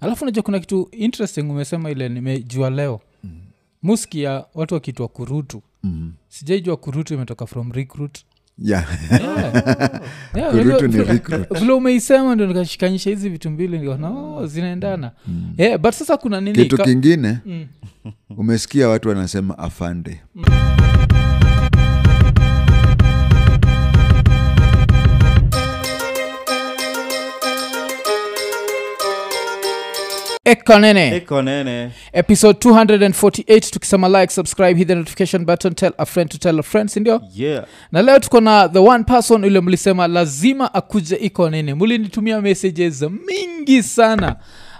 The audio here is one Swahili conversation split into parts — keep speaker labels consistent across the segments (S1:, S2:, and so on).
S1: alafu najua kuna kitu interesting umesema ile nimejua leo mm. muskia watu wakiitwa kurutu
S2: mm.
S1: sijaijua kurutu imetoka from recruit
S2: yeah.
S1: Yaani Yeah. Yeah,
S2: Kurutu
S1: unajua-
S2: ni recruit.
S1: vile umeisema ndo nikashikanyisha hizi vitu mbili nikaona oh, zinaendana
S2: Mm.
S1: yeah, but sasa kuna nini
S2: kitu
S1: ka-
S2: kingine
S1: Mm.
S2: umesikia watu wanasema afande
S1: ekonene
S3: iko nene
S1: episode 248 tukisema like subscribe hit the notification button tell a friend to tell a friend sindio
S3: yeah
S1: na leo tuko na the one person ule mlisema lazima akuje iko nene mulinitumia messages mingi sana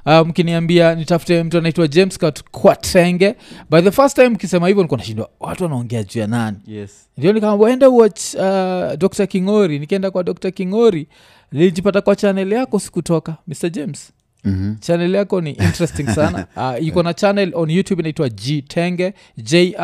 S1: Uh, mkiniambia nitafute mtu anaitwa james Kat- kwatenge by the first time mkisema hivyo nikuwa nashindwa watu wanaongea juu ya nani
S3: yes
S1: ndio nikaamba enda watch uh, dr kingori nikienda kwa dr kingori nilijipata kwa chanel yako sikutoka mr james
S2: mm-hmm.
S1: chanel yako ni interesting sana uh, iko na channel on youtube inaitwa g tenge ji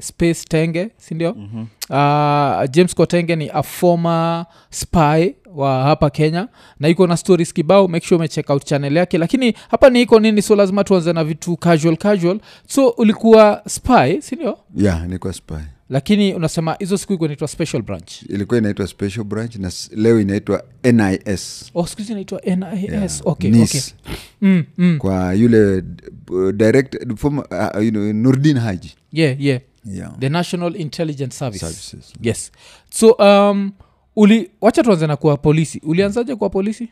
S1: space tenge sindio mm-hmm. uh, james kotenge ni a former spy wa hapa kenya na iko na stories kibao make sure umecheck out channel yake lakini hapa ni iko nini so lazima tuanze na vitu casual casual so ulikuwa spy sindio
S2: yeah, nilikuwa spy
S1: lakini unasema hizo siku iko inaitwa special branch
S2: ilikuwa inaitwa special branch na s- leo inaitwa nis
S1: oh, skuzi inaitwa nis
S2: Yeah.
S1: okay,
S2: NIS.
S1: okay. Mm, mm.
S2: kwa yule d- b- direct former, uh, you know, nurdin haji
S1: yeah yeah
S2: yeah.
S1: the national intelligence service
S2: Services.
S1: yes so um, uli wacha tuanze na kuwa polisi ulianzaje kuwa polisi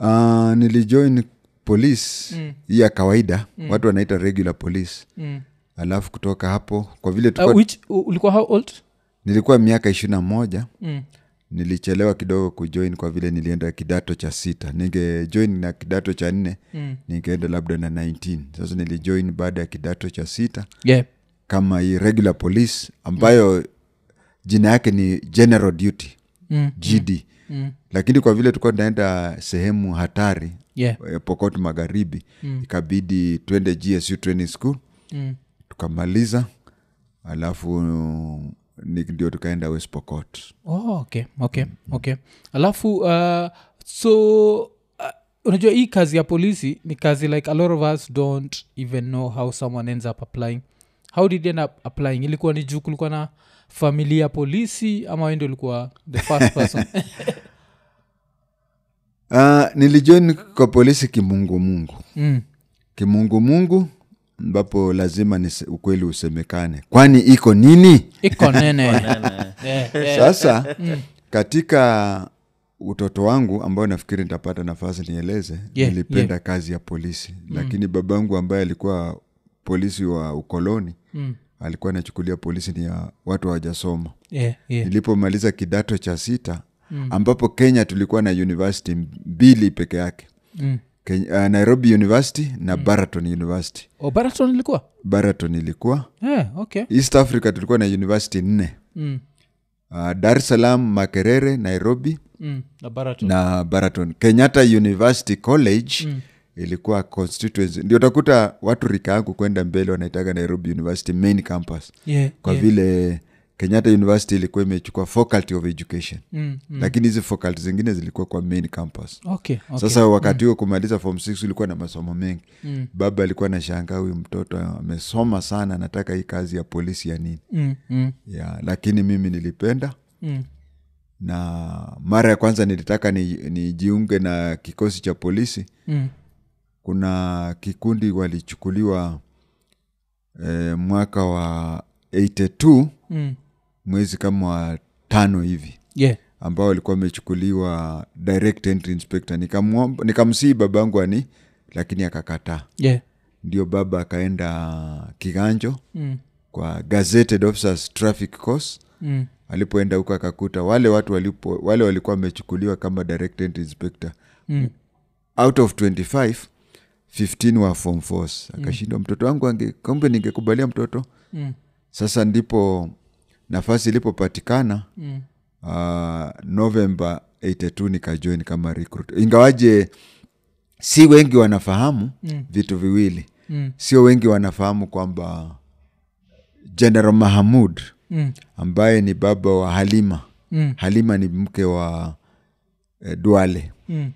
S2: Uh, nilijoin police mm. ya kawaida mm. watu wanaita regular police
S1: mm.
S2: alafu kutoka hapo kwa vile
S1: uh,
S2: tukua,
S1: which, u- ulikuwa how old
S2: nilikuwa miaka ishirini na moja
S1: mm.
S2: nilichelewa kidogo kujoin kwa vile nilienda kidato cha sita ningejoin na kidato cha nne mm. ningeenda labda na 9 sasa nilijoin baada ya kidato cha sita
S1: yeah
S2: kama hii regular police ambayo mm. jina yake ni general duty
S1: Mm,
S2: gd mm. lakini kwa vile tulikuwa tunaenda sehemu hatari
S1: yeah
S2: eh, pokot magharibi mm. ikabidi twende gsu training school
S1: mm.
S2: tukamaliza alafu uh, ni- ndio tukaenda west pokot
S1: oh, okay okay okay alafu uh, so uh, unajua hii kazi ya polisi ni kazi like a lot of us don't even know how someone ends up applying how did you end up applying ilikuwa ni juu kulikuwa na familia ya polisi ama wende ulikuwa the first person
S2: Uh, nilijoin kwa polisi kimungumungu
S1: mm.
S2: kimungumungu ambapo lazima ni ukweli usemekane kwani iko nini
S1: iko nene
S3: nene
S1: yeah, yeah.
S2: sasa
S1: Mm.
S2: katika utoto wangu ambao nafikiri nitapata nafasi nieleze
S1: Yeah, Mm.
S2: nilipenda kazi ya polisi lakini babangu ambaye alikuwa polisi wa ukoloni
S1: Mm.
S2: alikuwa anachukulia polisi ni ya watu hawajasoma
S1: yeah,
S2: Mm.
S1: yeah.
S2: nilipomaliza kidato cha sita mm. ambapo kenya tulikuwa na university mbili peke yake
S1: Mm.
S2: Kenya, uh, nairobi university na mm. baraton university
S1: Oh, Baraton ilikuwa
S2: baraton ilikuwa
S1: yeah, okay
S2: east africa tulikuwa na university nne
S1: mm.
S2: uh, dar es salaam makerere nairobi
S1: Mm. Na Baraton.
S2: na baraton kenyatta university college mm. ilikuwa constituency ndio utakuta watu rika yangu kwenda mbele wanaitaga nairobi university main campus
S1: Yeah,
S2: kwa
S1: yeah.
S2: yeah. vile kenyatta university ilikuwa imechukua faculty of education
S1: Mm.
S2: mm. lakini hizi faculty zingine zilikuwa kwa main campus
S1: okay, okay.
S2: sasa wakati huo kumaliza form 6 ulikuwa na masomo mengi mm. baba alikuwa na shangaa huyu mtoto amesoma sana anataka hii kazi ya polisi ya nini
S1: mm. Mm.
S2: ya, lakini mimi nilipenda
S1: Mm.
S2: na mara ya kwanza nilitaka nijiunge ni nijiunge na kikosi cha polisi
S1: Mm.
S2: kuna kikundi walichukuliwa eh, mwaka wa 82
S1: Mm.
S2: mwezi kama wa tano hivi
S1: yeah
S2: ambao walikuwa wamechukuliwa direct entry inspector Nikamwomba- nikamsihi babangu ani lakini akakataa
S1: yeah
S2: ndio baba akaenda kiganjo
S1: mm.
S2: kwa gazetted officers traffic course
S1: Mm.
S2: alipoenda huko akakuta wale watu walipo, wale walikuwa wamechukuliwa kama direct entry inspector
S1: Mm.
S2: out of 25 15 wa form force akashindwa mtoto wangu ange kumbe ningekubalia mtoto
S1: Mm.
S2: sasa ndipo nafasi ilipopatikana
S1: Mm.
S2: uh, novemba 82 nikajoin kama recruit ingawaje si wengi wanafahamu mm. vitu viwili
S1: Mm.
S2: sio wengi wanafahamu kwamba general mahamud
S1: Mm.
S2: ambaye ni baba wa halima
S1: Mm.
S2: halima ni mke wa eh, duale
S1: Mm.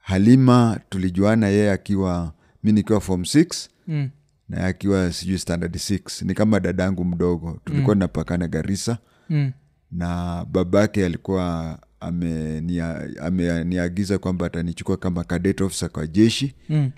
S2: halima tulijuana yeye akiwa mi nikiwa form six
S1: mm.
S2: na yeye akiwa sijui standard six ni kama dadangu mdogo tulikuwa tunapakana garisa
S1: Mm.
S2: na babake alikuwa amenia- ameniagiza kwamba atanichukua kama cadet officer kwa jeshi
S1: Mm.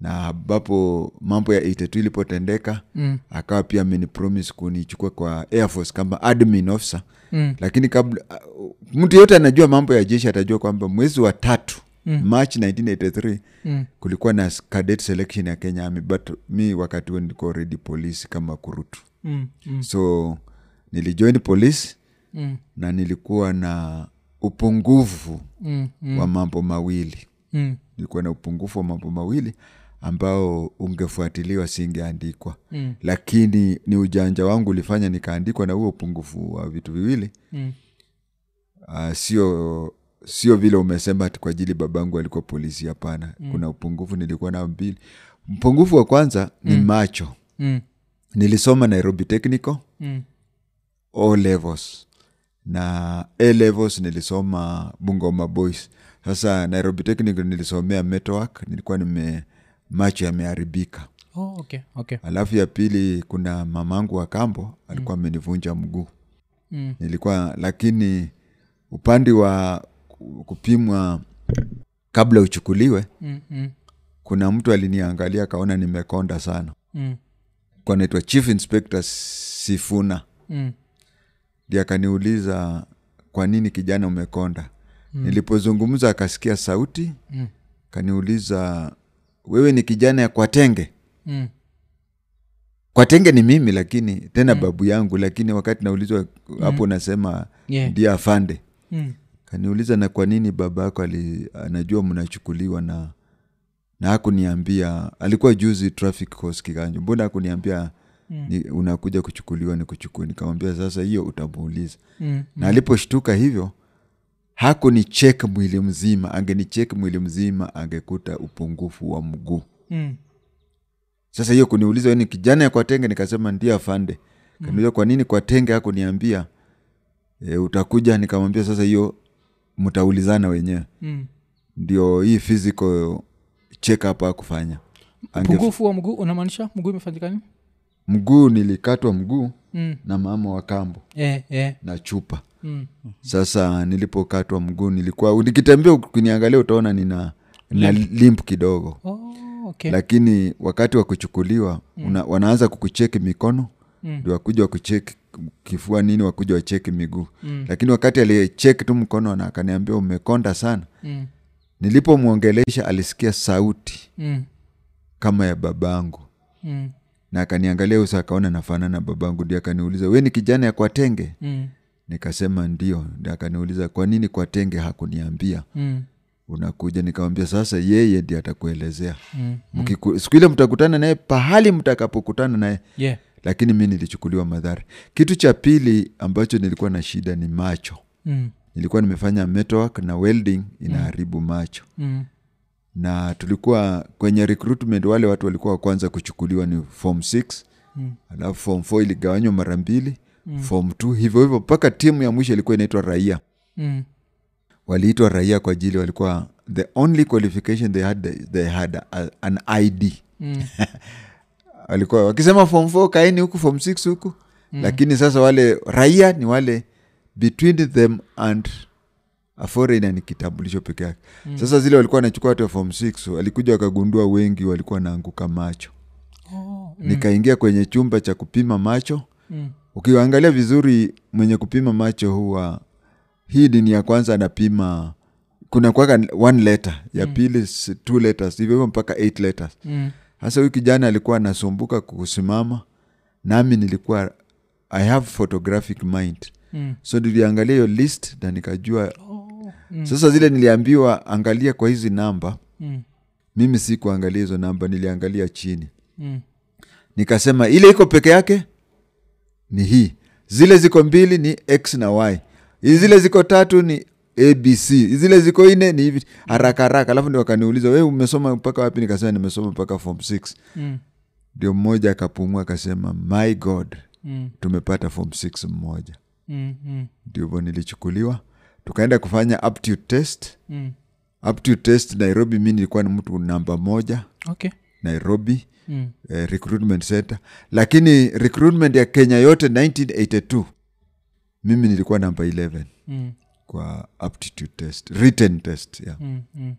S2: na ambapo mambo ya 82 ilipotendeka
S1: Mm.
S2: akawa pia amenipromis kunichukua kwa air force kama admin officer
S1: Mm.
S2: lakini kabla uh, mtu yote anajua mambo ya jeshi atajua kwamba mwezi wa tatu
S1: Mm.
S2: march 1983
S1: Mm.
S2: kulikuwa na cadet selection ya kenya army but mi wakati huo nilikuwa already polisi kama kurutu
S1: Mm. Mm.
S2: so nilijoin polisi
S1: Mm.
S2: na nilikuwa na upungufu
S1: Mm. Mm.
S2: wa mambo mawili
S1: Mm.
S2: nilikuwa na upungufu wa mambo mawili ambao ungefuatiliwa singeandikwa
S1: Mm.
S2: lakini ni ujanja wangu ulifanya nikaandikwa na huo upungufu wa vitu viwili
S1: Mm.
S2: uh, sio sio vile umesema ati kwa ajili babangu alikuwa polisi hapana mm. kuna upungufu nilikuwa nao mbili mpungufu wa kwanza ni macho
S1: Mm.
S2: nilisoma nairobi technical
S1: Mm.
S2: o levels na a levels nilisoma bungoma boys sasa nairobi technical nilisomea network nilikuwa nime macho yameharibika
S1: Oh, okay. Okay.
S2: alafu ya pili kuna mamangu wa kambo alikuwa amenivunja mguu
S1: Mm.
S2: nilikuwa lakini upande wa ku- kupimwa kabla uchukuliwe
S1: Mm. Mm.
S2: kuna mtu aliniangalia akaona nimekonda sana
S1: Mm.
S2: kwa naitwa chief inspector sifuna
S1: Mm.
S2: ndi akaniuliza kwa nini kijana umekonda mm. nilipozungumza akasikia sauti
S1: Mm.
S2: kaniuliza wewe ni kijana ya kwatenge
S1: Mm.
S2: kwatenge ni mimi lakini tena mm. babu yangu lakini wakati naulizwa hapo nasema
S1: Mm. Yeah.
S2: ndiye afande
S1: Mm.
S2: kaniuliza na kwa nini baba yako ali- anajua mnachukuliwa na na hakuniambia alikuwa juzi traffic course kiganjo mbona hakuniambia
S1: Mm.
S2: ni, unakuja kuchukuliwa ni kuchukua nikamwambia sasa hiyo utamuuliza
S1: Mm.
S2: na aliposhtuka hivyo hakunichek mwili mzima angenichek mwili mzima angekuta upungufu wa mguu
S1: Mm.
S2: sasa hiyo kuniuliza "Wewe ni kijana ya kwatenge nikasema ndio afande
S1: Mm.
S2: kaniuliza kwa nini kwatenge hakuniambia e, utakuja nikamwambia sasa hiyo mtaulizana wenyewe
S1: Mm.
S2: ndio hii physical check up akufanya Ange,
S1: pungufu wa mguu unamaanisha mguu imefanyika nini
S2: mguu nilikatwa mguu
S1: mm.
S2: na mama wa kambo
S1: eh, eh.
S2: na chupa
S1: Mm.
S2: sasa nilipokatwa mguu nilikuwa nikitembea ukiniangalia utaona nina na limp kidogo
S1: Oh, okay.
S2: lakini wakati wa kuchukuliwa una, wanaanza kukucheki mikono
S1: Mm.
S2: ndio wakuja wakucheki kifua nini wakuja wacheki miguu
S1: Mm.
S2: lakini wakati aliyecheki tu mkono na akaniambia umekonda sana
S1: mm.
S2: nilipomwongelesha alisikia sauti
S1: Mm.
S2: kama ya babangu
S1: Mm.
S2: na akaniangalia uso akaona nafanana na babangu ndio akaniuliza we ni kijana ya kwatenge
S1: Mm.
S2: nikasema ndio ndio akaniuliza kwa nini kwatenge hakuniambia
S1: Mm.
S2: unakuja nikamwambia sasa yeye ndi atakuelezea
S1: Mm.
S2: Mkiku- siku ile mtakutana naye pahali mtakapokutana naye
S1: yeah
S2: lakini mi nilichukuliwa madhara kitu cha pili ambacho nilikuwa na shida ni macho
S1: mm.
S2: nilikuwa nimefanya metalwork na welding inaharibu macho
S1: Mm.
S2: na tulikuwa kwenye recruitment wale watu walikuwa wa kwanza kuchukuliwa ni form 6
S1: Mm.
S2: alafu form 4 iligawanywa mara mbili form 2 hivyo hivyo mpaka timu ya mwisho ilikuwa inaitwa raia
S1: Mm.
S2: waliitwa raia kwa ajili walikuwa the only qualification they had, they had a, an id
S1: Mm.
S2: walikuwa wakisema form 4 kaeni huku form 6 huku mm. lakini sasa wale raia ni wale between them and a foreigner ni kitambulisho peke yake mm. sasa zile walikuwa wanachukua watu wa form 6 walikuja wakagundua wengi walikuwa wanaanguka macho
S1: Oh, mm.
S2: nikaingia kwenye chumba cha kupima macho
S1: Mm.
S2: ukiangalia vizuri mwenye kupima macho huwa hii dini ya kwanza anapima kuna kwaga one letter ya pili s- two letters hivyo hivyo mpaka eight letters
S1: Mm.
S2: hasa huyu kijana alikuwa anasumbuka kusimama nami nilikuwa i have photographic mind
S1: Mm.
S2: so niliangalia hiyo list na nikajua
S1: Oh, mm.
S2: sasa zile niliambiwa angalia kwa hizi namba
S1: Mm.
S2: mimi si kuangalia hizo namba niliangalia chini
S1: Mm.
S2: nikasema ile iko peke yake ni hii zile ziko mbili ni x na y Hizi zile ziko tatu ni abc Hizi zile ziko nne ni hivi haraka haraka alafu ndio wakaniuliza we umesoma mpaka wapi nikasema nimesoma mpaka form 6
S1: Mm.
S2: ndio mmoja akapumua akasema my god
S1: Mm.
S2: tumepata form 6 mmoja
S1: Mm. Mm.
S2: ndivyo nilichukuliwa tukaenda kufanya aptitude test
S1: Mm.
S2: up to test nairobi mi nilikuwa ni mtu namba moja
S1: okay
S2: nairobi
S1: mm.
S2: eh, recruitment center lakini recruitment ya kenya yote 1982 mimi nilikuwa namba 11
S1: Mm.
S2: kwa aptitude test written test yeah.
S1: Mm, mm.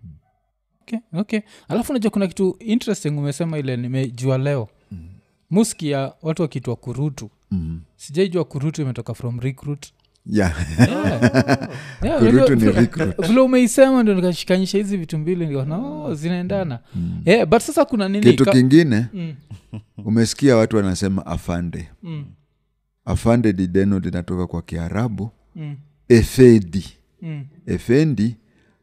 S1: okay, okay. alafu najua kuna kitu interesting umesema ile nimejua leo mm. muskia watu wakiitwa kurutu
S2: mm.
S1: sijaijua kurutu imetoka from recruit
S2: yeah.
S1: Yeah. Yeah,
S2: Kurutu
S1: unajua
S2: ni
S1: vile-
S2: recruit.
S1: vile umeisema ndo nikashikanyisha hizi vitu mbili nikaona oh, zinaendana mm. yeah, but sasa kuna nini
S2: kitu
S1: ka-
S2: kingine
S1: Mm,
S2: umesikia watu wanasema afande
S1: mm,
S2: afande ni neno linatoka kwa kiarabu
S1: mm,
S2: efendi
S1: mm.
S2: efendi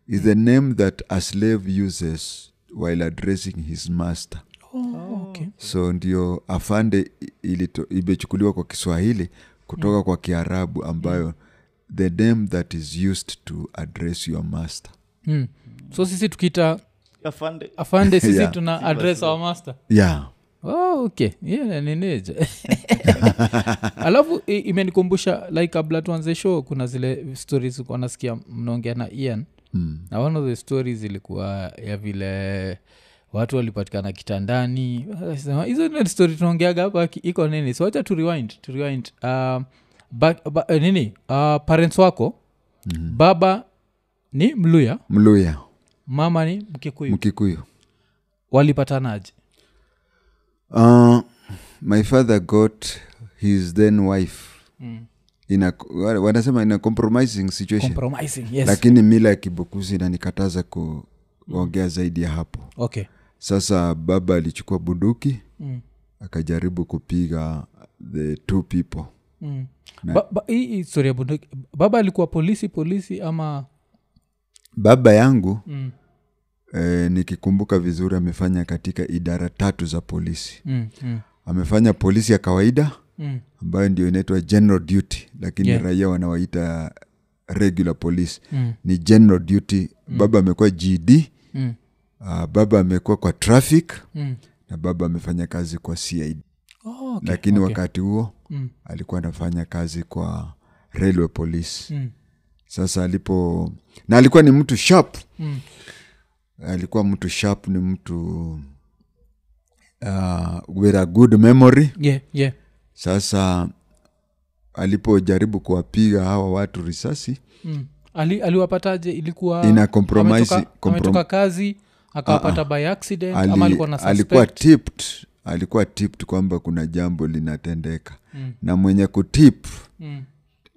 S2: is the name that a slave uses while addressing his master
S1: Oh, okay.
S2: so ndio afande i- ilito- imechukuliwa kwa kiswahili kutoka kwa kiarabu ambayo the name that is used to address your master
S1: Mm. so sisi tukiita
S3: afande
S1: afande sisi
S2: Yeah.
S1: tuna address our master
S2: yeah
S1: oh, okay yeah, nineje alafu i- imenikumbusha like kabla tuanze show kuna zile stories wanasikia mnaongea na ian
S2: mm.
S1: na one of the stories ilikuwa ya vile watu walipatikana kitandani Akasema, hizo ndio story tunaongeaga hapa ki- iko nini so wacha tu rewind, tu rewind. Um, ba, ba, eh, nini uh, parents wako mm-hmm. baba ni mluya
S2: mluya
S1: mama ni mkikuyu
S2: mkikuyu
S1: walipatanaje
S2: Uh, my father got his then wife
S1: Mm.
S2: in a, wanasema in a compromising situation
S1: compromising yes
S2: lakini mila ya kibukuzi inanikataza kuongea zaidi ya hapo
S1: okay
S2: sasa baba alichukua bunduki
S1: mm.
S2: akajaribu kupiga the two people
S1: Mm.
S2: Na-
S1: Ba- ba- hii hii story ya bunduki baba alikuwa polisi polisi ama
S2: baba yangu
S1: mm,
S2: eh, nikikumbuka vizuri amefanya katika idara tatu za polisi
S1: mm, mm,
S2: amefanya polisi ya kawaida
S1: mm,
S2: ambayo ndio inaitwa general duty lakini
S1: Yeah.
S2: raia wanawaita regular police
S1: mm,
S2: ni general duty baba amekuwa gd
S1: mm,
S2: uh, baba amekuwa kwa traffic
S1: mm.
S2: na baba amefanya kazi kwa cid
S1: Oh, okay,
S2: lakini
S1: okay.
S2: wakati huo
S1: Mm,
S2: alikuwa anafanya kazi kwa railway police
S1: mm,
S2: sasa alipo na alikuwa ni mtu sharp
S1: mm.
S2: alikuwa mtu sharp ni mtu uh, with a good memory
S1: yeah, yeah.
S2: sasa alipojaribu kuwapiga hawa watu risasi
S1: Mm. Ali, aliwapataje ilikuwa
S2: Ina compromise-
S1: ametoka,
S2: comprom- Ah,
S1: ametoka kazi akawapata by accident ama
S2: ali,
S1: alikuwa na
S2: alikuwa
S1: suspect?
S2: tipped alikuwa tipped kwamba kuna jambo linatendeka
S1: Mm.
S2: na mwenye kutip
S1: mm,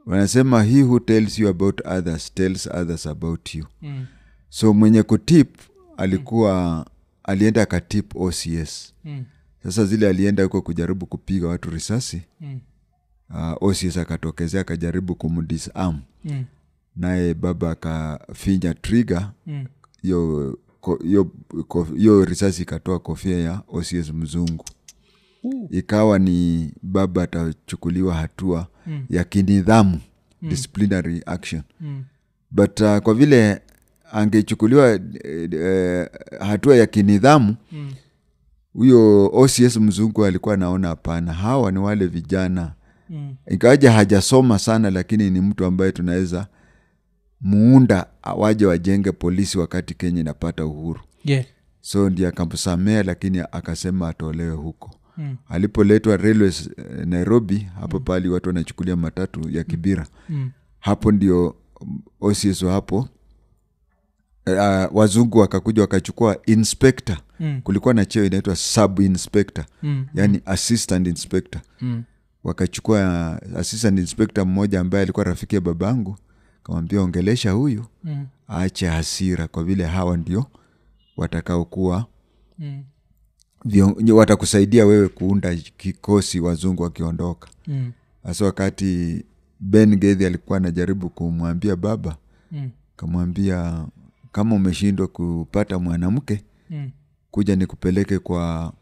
S2: wanasema he who tells you about others tells others about you
S1: mm,
S2: so mwenye kutip alikuwa alienda akatip ocs
S1: mm,
S2: sasa zile alienda huko kujaribu kupiga watu risasi
S1: mm,
S2: uh, ocs akatokezea akajaribu kumdisarm
S1: mm,
S2: naye baba akafinya trigger
S1: mm.
S2: hiyo ko- hiyo- ko- hiyo risasi ikatoa kofia ya ocs mzungu
S1: Uh,
S2: ikawa ni baba atachukuliwa hatua
S1: Mm.
S2: ya kinidhamu disciplinary action
S1: mm,
S2: but uh, kwa vile angechukuliwa eh, eh, hatua ya kinidhamu
S1: mm,
S2: huyo ocs mzungu alikuwa anaona hapana hawa ni wale vijana
S1: mm,
S2: ingawaja hajasoma sana lakini ni mtu ambaye tunaweza muunda waje wajenge polisi wakati kenya inapata uhuru
S1: yeah,
S2: so ndi akamsamea lakini akasema atolewe huko
S1: mm,
S2: alipoletwa railways eh, nairobi hapo pali watu wanachukulia matatu ya kibira
S1: mm,
S2: hapo ndio mm, ocs wa hapo eh, uh, wazungu wakakuja wakachukua inspector
S1: mm,
S2: kulikuwa na cheo inaitwa sub inspector
S1: mm,
S2: yani assistant inspector
S1: mm.
S2: wakachukua assistant inspector mmoja ambaye alikuwa rafiki ya babangu kamwambia ongelesha huyu
S1: Mm,
S2: aache hasira kwa vile hawa ndio watakaokuwa
S1: mm,
S2: vio- watakusaidia wewe kuunda kikosi wazungu wakiondoka
S1: mm,
S2: hasa wakati ben gedhi alikuwa anajaribu kumwambia baba
S1: mm,
S2: kamwambia kama umeshindwa kupata mwanamke
S1: mm,
S2: kuja nikupeleke kwa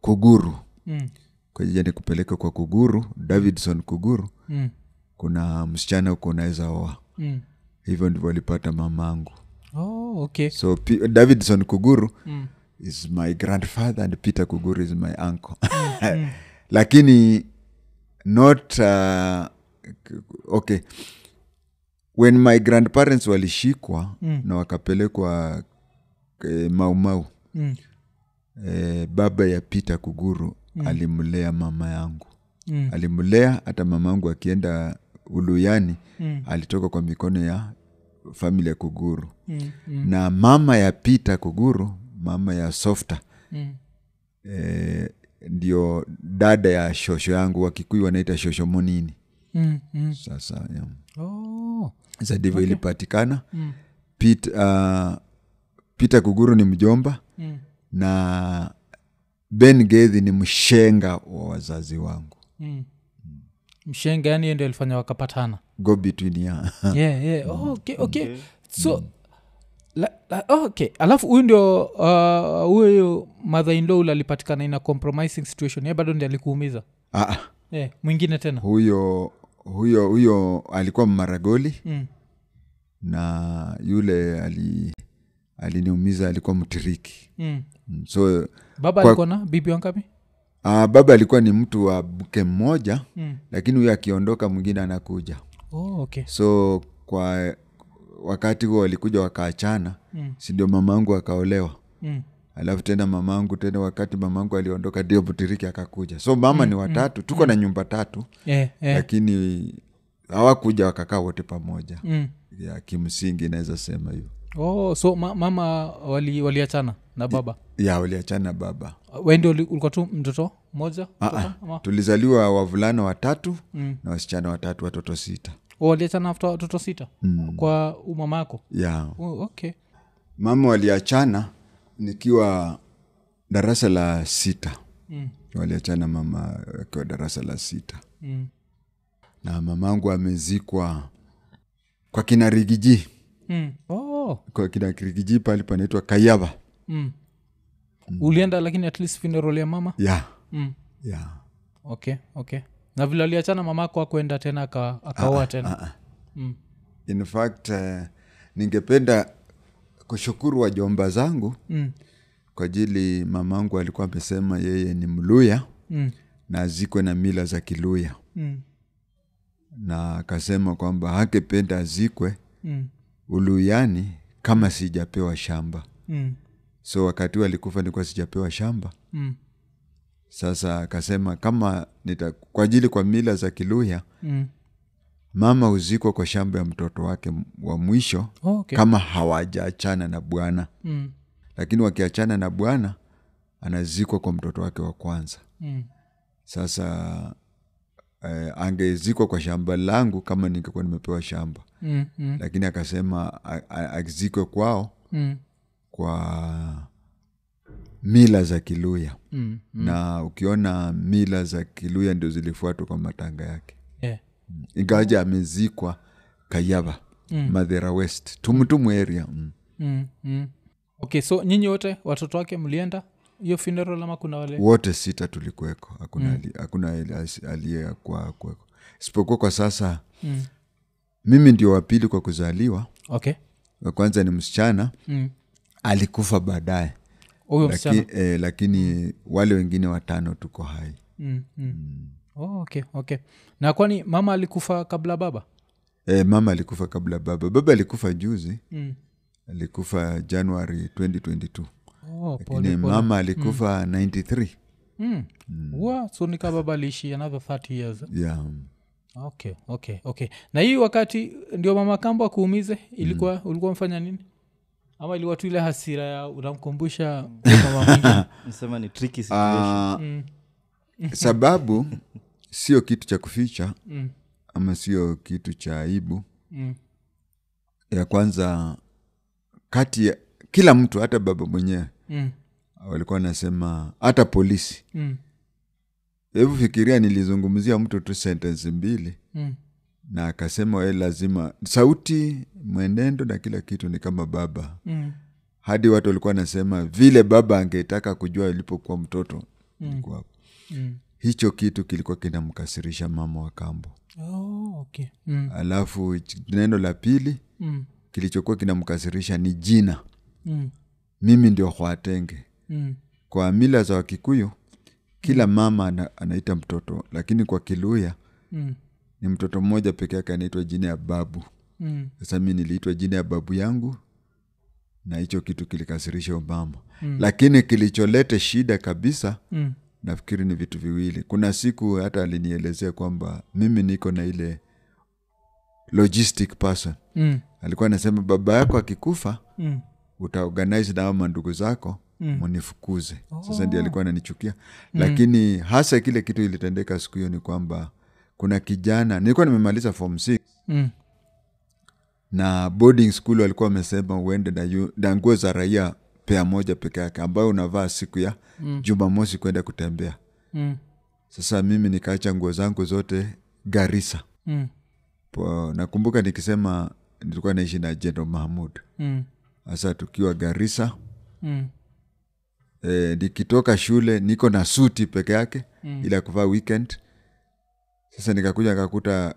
S2: kuguru
S1: mm,
S2: kuja nikupeleke kwa kuguru davidson kuguru
S1: mm,
S2: kuna msichana huko unaweza oa
S1: mm.
S2: hivyo ndivyo alipata mamangu
S1: Oh, okay.
S2: so P- davidson kuguru
S1: Mm,
S2: is my grandfather and peter kuguru is my uncle
S1: Mm,
S2: lakini not uh, k- okay when my grandparents walishikwa mm. na wakapelekwa e, maumau
S1: Mm.
S2: e, baba ya peter kuguru mm. alimlea mama yangu
S1: Mm.
S2: alimlea hata mama yangu akienda uluyani mm. alitoka kwa mikono ya famili ya kuguru
S1: Mm. Mm.
S2: na mama ya peter kuguru mama ya softa
S1: Mm.
S2: e, ndio dada ya shosho yangu wakikuyu wanaita shosho monini
S1: Mm. Mm.
S2: sasa yeah.
S1: Oh.
S2: za ndivyo ilipatikana
S1: Mm.
S2: Pit- uh, peter kuguru ni mjomba
S1: Mm.
S2: na ben gedhi ni mshenga wa wazazi wangu
S1: Mm. mshenga yani yeye ndio alifanya wakapatana
S2: go between ya
S1: yeah, yeah. Oh, okay, okay. so la, la, oh, okay alafu huyu ndio uh, huyu mother in law ule alipatikana ina compromising situation ye bado ndi alikuumiza
S2: Ah,
S1: yeah, mwingine tena
S2: huyo huyo huyo alikuwa mmaragoli
S1: mm.
S2: na yule ali aliniumiza alikuwa mtiriki
S1: Mm.
S2: Mm, so
S1: baba
S2: Kwa-
S1: alikuwa na bibi wangapi
S2: ah, baba alikuwa ni mtu wa buke mmoja
S1: Mm.
S2: lakini huyo akiondoka mwingine anakuja
S1: oh, okay.
S2: so kwa wakati huo walikuja wakaachana
S1: Mm.
S2: si ndio mama angu akaolewa
S1: mm.
S2: alafu tena mama angu tena wakati mama angu aliondoka ndio mtiriki akakuja so mama
S1: Mm,
S2: ni watatu tuko na nyumba tatu
S1: yeah, yeah.
S2: lakini hawakuja wakakaa wote pamoja
S1: Mm.
S2: ya kimsingi naweza sema hiyo
S1: Oh, so ma- mama wali- waliachana na baba
S2: ya waliachana baba
S1: wendi ulikuwa tu mtoto mmoja
S2: Ah, ah.
S1: mtoto, ama-
S2: tulizaliwa wavulana watatu
S1: Mm.
S2: na wasichana watatu watoto sita
S1: Oh, waliachana after watoto sita
S2: Mm.
S1: kwa umama yako
S2: ya
S1: oh, okay
S2: mama waliachana nikiwa darasa la sita
S1: mm.
S2: waliachana mama akiwa darasa la sita
S1: Mm.
S2: na mamangu amezikwa kwa kina rigiji
S1: Mm. Oh.
S2: kwa kina rigiji pale panaitwa kayaba
S1: Mm.
S2: Hmm.
S1: ulienda lakini at least funeral ya mama
S2: ya
S1: mm.
S2: ya Hmm.
S1: okay okay na vile aliachana mama ako akuenda tena aka- akaoa tena
S2: ah, ah.
S1: Mm.
S2: in fact eh, ningependa kushukuru wajomba zangu
S1: Mm.
S2: kwa ajili mamangu alikuwa amesema yeye ni mluya
S1: Mm.
S2: na azikwe na mila za kiluya
S1: Mm.
S2: na akasema kwamba hakependa azikwe
S1: Mm.
S2: uluyani kama sijapewa shamba
S1: Mm.
S2: so wakati huo alikufa nilikuwa sijapewa shamba
S1: Mm.
S2: sasa akasema kama nita, kwa ajili kwa mila za kiluya
S1: Mm.
S2: mama huzikwa kwa shamba ya mtoto wake wa mwisho
S1: Oh, okay.
S2: kama hawajaachana na bwana
S1: Mm.
S2: lakini wakiachana na bwana anazikwa kwa mtoto wake wa kwanza
S1: Mm.
S2: sasa eh, angezikwa kwa shamba langu kama ningekuwa nimepewa shamba
S1: Mm. Mm.
S2: lakini akasema a- a- azikwe kwao
S1: Mm.
S2: kwa mila za kiluya
S1: Mm.
S2: na ukiona mila za kiluya ndio zilifuatwa kwa matanga yake
S1: Yeah.
S2: ingawaja amezikwa kayaba mm. madhera west tumutumu area mm.
S1: Mm. Mm. okay so nyinyi wote watoto wake mlienda hiyo funeral ama kuna wale
S2: wote sita tulikuweko hakuna
S1: Mm.
S2: ali- hakuna ali- aliyekuwa kuweko isipokuwa kwa sasa
S1: mm.
S2: mimi ndio wa pili kwa kuzaliwa
S1: okay
S2: wa kwanza ni msichana
S1: Mm.
S2: alikufa baadaye
S1: huyo msichana
S2: Laki, eh, lakini wale wengine watano tuko hai
S1: mm. Mm. Oh, okay okay na kwani mama alikufa kabla baba
S2: eh, mama alikufa kabla baba baba alikufa juzi
S1: mm.
S2: alikufa januari 2022
S1: oh,
S2: lakini
S1: pole, pole.
S2: mama alikufa 93
S1: Mm. Wa, so ni kama baba aliishi anavyo 30 years
S2: yeah.
S1: okay okay okay na hii wakati ndio mama kambo akuumize ilikuwa
S2: Mm.
S1: ulikuwa mfanya nini ama ilikuwa tu ile hasira ya unamkumbusha mama mwingine?
S3: nisema ni tricky situation.
S2: Ah, sababu sio kitu cha kuficha
S1: Mm,
S2: ama sio kitu cha aibu
S1: mm,
S2: ya kwanza kati ya kila mtu hata baba mwenyewe
S1: mm,
S2: walikuwa wanasema hata polisi
S1: mm,
S2: hebu fikiria nilizungumzia mtu tu sentensi mbili
S1: mm,
S2: na akasema we lazima sauti mwenendo na kila kitu ni kama baba
S1: mm,
S2: hadi watu walikuwa wanasema vile baba angetaka kujua ilipokuwa mtoto ilikuwa.
S1: mm.
S2: hicho kitu kilikuwa kinamkasirisha mama wa kambo
S1: Oh, okay. Mm,
S2: alafu ch- neno la pili
S1: mm,
S2: kilichokuwa kinamkasirisha ni jina
S1: mm,
S2: mimi ndio hwatenge
S1: mm.
S2: kwa mila za wakikuyu kila mama ana, anaita mtoto lakini kwa kiluya
S1: Mm,
S2: ni mtoto mmoja peke yake anaitwa jina ya babu
S1: mm.
S2: sasa mi niliitwa jina ya babu yangu na hicho kitu kilikasirisha obama mm. lakini kilicholeta shida kabisa
S1: Mm.
S2: nafikiri ni vitu viwili kuna siku hata alinielezea kwamba mimi niko na ile logistic person
S1: Mm.
S2: alikuwa anasema baba yako akikufa
S1: Mm.
S2: utaorganize na hao mandugu zako munifukuze
S1: Oh.
S2: sasa ndio alikuwa ananichukia
S1: Mm.
S2: lakini hasa kile kitu ilitendeka siku hiyo ni kwamba kuna kijana nilikuwa nimemaliza form six
S1: Mm.
S2: na boarding school walikuwa wamesema uende na yu- na nguo za raia pea moja peke yake ambayo unavaa siku ya jumamosi kwenda kutembea
S1: Mm.
S2: sasa mimi nikaacha nguo zangu zote garisa
S1: Mm.
S2: po, nakumbuka nikisema nilikuwa naishi na jendo mahmud
S1: Mm.
S2: hasa tukiwa garisa
S1: Mm.
S2: e, nikitoka shule niko na suti peke yake mm. ila kuvaa weekend sasa nikakuja nikakuta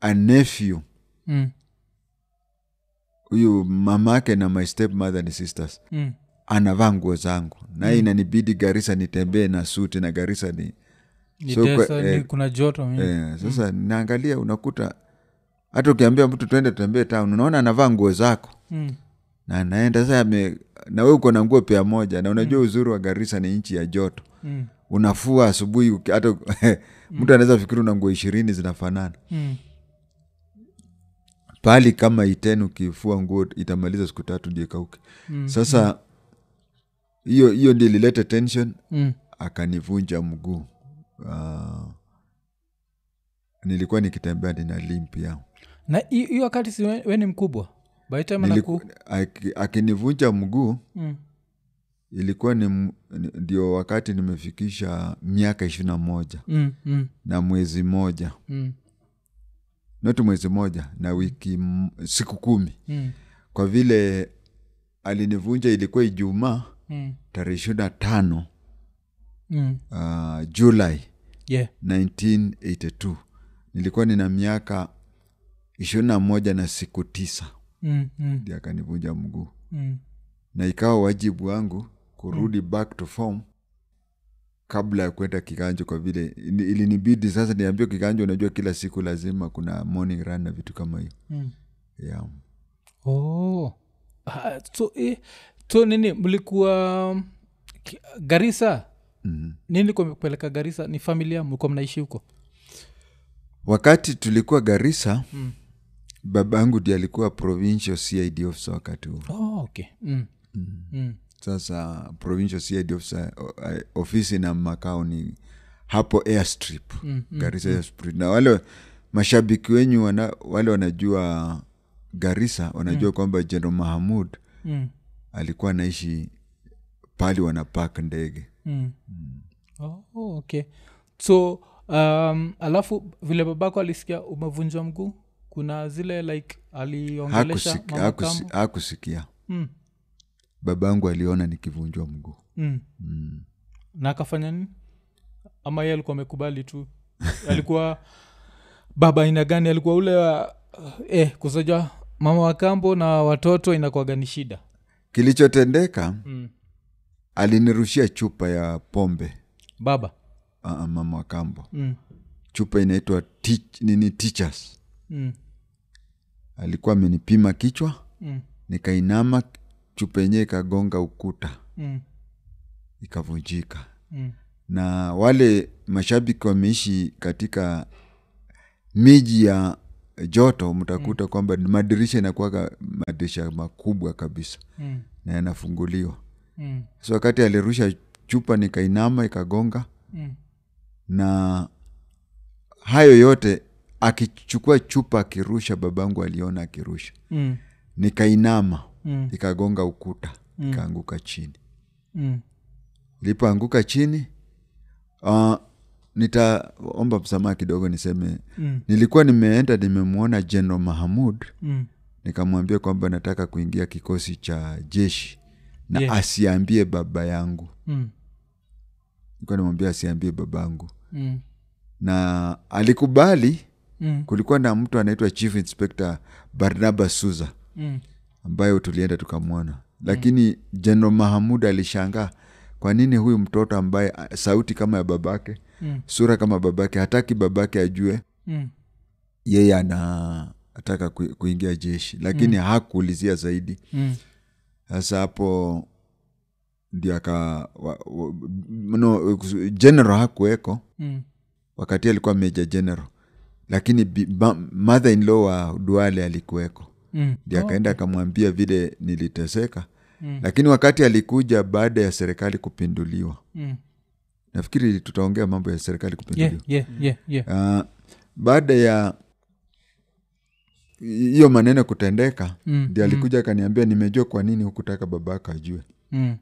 S2: anefyu
S1: Mm.
S2: huyu mamake na my step mother ni sisters
S1: Mm.
S2: anavaa nguo zangu na hii inanibidi garisa nitembee na suti na garisa ni
S1: Ni
S2: So,
S1: desa,
S2: kwa-
S1: ni-
S2: eh,
S1: kuna joto mm.
S2: eh, sasa naangalia unakuta hata ukiambia mtu tuende tutembee town unaona anavaa nguo zako
S1: Mm.
S2: na naenda sasa ame, na we uko na nguo pea moja na unajua uzuri wa garisa ni nchi ya joto
S1: Mm.
S2: unafua asubuhi uki- hata mtu anaweza fikiri una nguo ishirini zinafanana
S1: Mm.
S2: pahali kama iten ukifua nguo itamaliza siku tatu ndio kauke
S1: Mm.
S2: sasa hiyo hiyo ndio ilileta tension
S1: Mm.
S2: akanivunja mguu Ah, nilikuwa nikitembea nina limpia
S1: na hi- hiyo wakati si we, we ni mkubwa baitmanaku
S2: akinivunja mguu
S1: mm.
S2: ilikuwa ni, m- ni- ndio wakati nimefikisha miaka ishirini na moja
S1: mm. mm.
S2: na mwezi moja
S1: mm.
S2: not mwezi moja na wiki m- siku kumi
S1: mm.
S2: kwa vile alinivunja ilikuwa ijumaa
S1: mm.
S2: tarehe ishirini na tano
S1: mm.
S2: uh, julai
S1: yeah.
S2: 1982 nilikuwa nina miaka ishirini na moja na siku tisa
S1: mm. mm.
S2: ndi akanivunja mguu
S1: mm.
S2: na ikawa wajibu wangu kurudi back to form kabla ya kwenda kiganjo kwa vile ili- ilinibidi sasa niambie kiganjo unajua kila siku lazima kuna morning run na vitu kama hiyo
S1: mm.
S2: yeah.
S1: oh. Ah, so, eh, so nini mlikuwa um, ki- garisa
S2: mm-hmm.
S1: nini kupeleka garisa ni familia mlikuwa mnaishi huko
S2: wakati tulikuwa garisa mm. babangu ndi alikuwa provincial cid officer wakati huo
S1: oh, okay. mm. Mm. Mm.
S2: sasa provincial cid officer o- eh, ofisi na makao ni hapo airstrip mm,
S1: Mm-hmm.
S2: garisa airstrip na wale mashabiki wenyu wana, wale wanajua garisa wanajua kwamba general mahamud
S1: Mm.
S2: alikuwa anaishi pali wanapak ndege
S1: Mm. Oh, okay so um, alafu vile babako alisikia umevunjwa mguu kuna zile like aliongelesha
S2: Hakusiki-
S1: mama
S2: hakusi-
S1: kambo
S2: hakusikia
S1: mm.
S2: babangu aliona nikivunjwa mguu
S1: Mm.
S2: mm.
S1: na akafanya nini ama ye alikuwa amekubali tu alikuwa baba aina gani alikuwa ule wa eh, kusaja mama wa kambo na watoto inakuwaga ni shida
S2: kilichotendeka
S1: mm.
S2: alinirushia chupa ya pombe
S1: baba
S2: uh, mama wa kambo
S1: mm.
S2: chupa inaitwa teach, nini teachers
S1: Mm.
S2: alikuwa amenipima kichwa
S1: Mm.
S2: nikainama chupa yenyewe ikagonga ukuta
S1: Mm.
S2: ikavunjika
S1: Mm.
S2: na wale mashabiki wameishi katika miji ya joto mtakuta mm. kwamba madirisha inakuwaga madirisha makubwa kabisa
S1: Mm.
S2: na yanafunguliwa
S1: Mm.
S2: so wakati alirusha chupa nikainama ikagonga
S1: Mm.
S2: na hayo yote akichukua chupa akirusha babangu aliona akirusha
S1: Mm.
S2: nikainama
S1: Mm.
S2: ikagonga ukuta ikaanguka chini
S1: Mm.
S2: ilipoanguka chini uh, nitaomba msamaha kidogo niseme
S1: Mm.
S2: nilikuwa nimeenda nimemwona general mahamud
S1: Mm.
S2: nikamwambia kwamba nataka kuingia kikosi cha jeshi na
S1: Yeah.
S2: asiambie baba yangu
S1: Mm.
S2: nilikuwa nimwambia asiambie babangu
S1: Mm.
S2: na alikubali
S1: Mm.
S2: kulikuwa na mtu anaitwa chief inspector barnabas suza
S1: Mm.
S2: ambayo tulienda tukamwona lakini mm. general mahamud alishangaa kwa nini huyu mtoto ambaye a- sauti kama ya babake
S1: Mm.
S2: sura kama babake hataki babake ajue
S1: Mm.
S2: yeye ana ataka kui- kuingia jeshi lakini hakuulizia zaidi
S1: Mm.
S2: sasa hapo ndio aka wa- wa- no, general hakuweko
S1: Mm.
S2: wakati alikuwa meja general lakini bi- ba- mother-in-law wa duale alikuweko
S1: Mm.
S2: ndi akaenda akamwambia vile niliteseka mm. lakini wakati alikuja baada ya serikali kupinduliwa
S1: Mm.
S2: nafikiri tutaongea mambo ya serikali kupinduliwa
S1: Yeah, yeah, yeah, yeah.
S2: Ah, baada ya hiyo maneno kutendeka
S1: Mm,
S2: ndi alikuja akaniambia nimejua kwa nini hukutaka babako ajue
S1: Mm.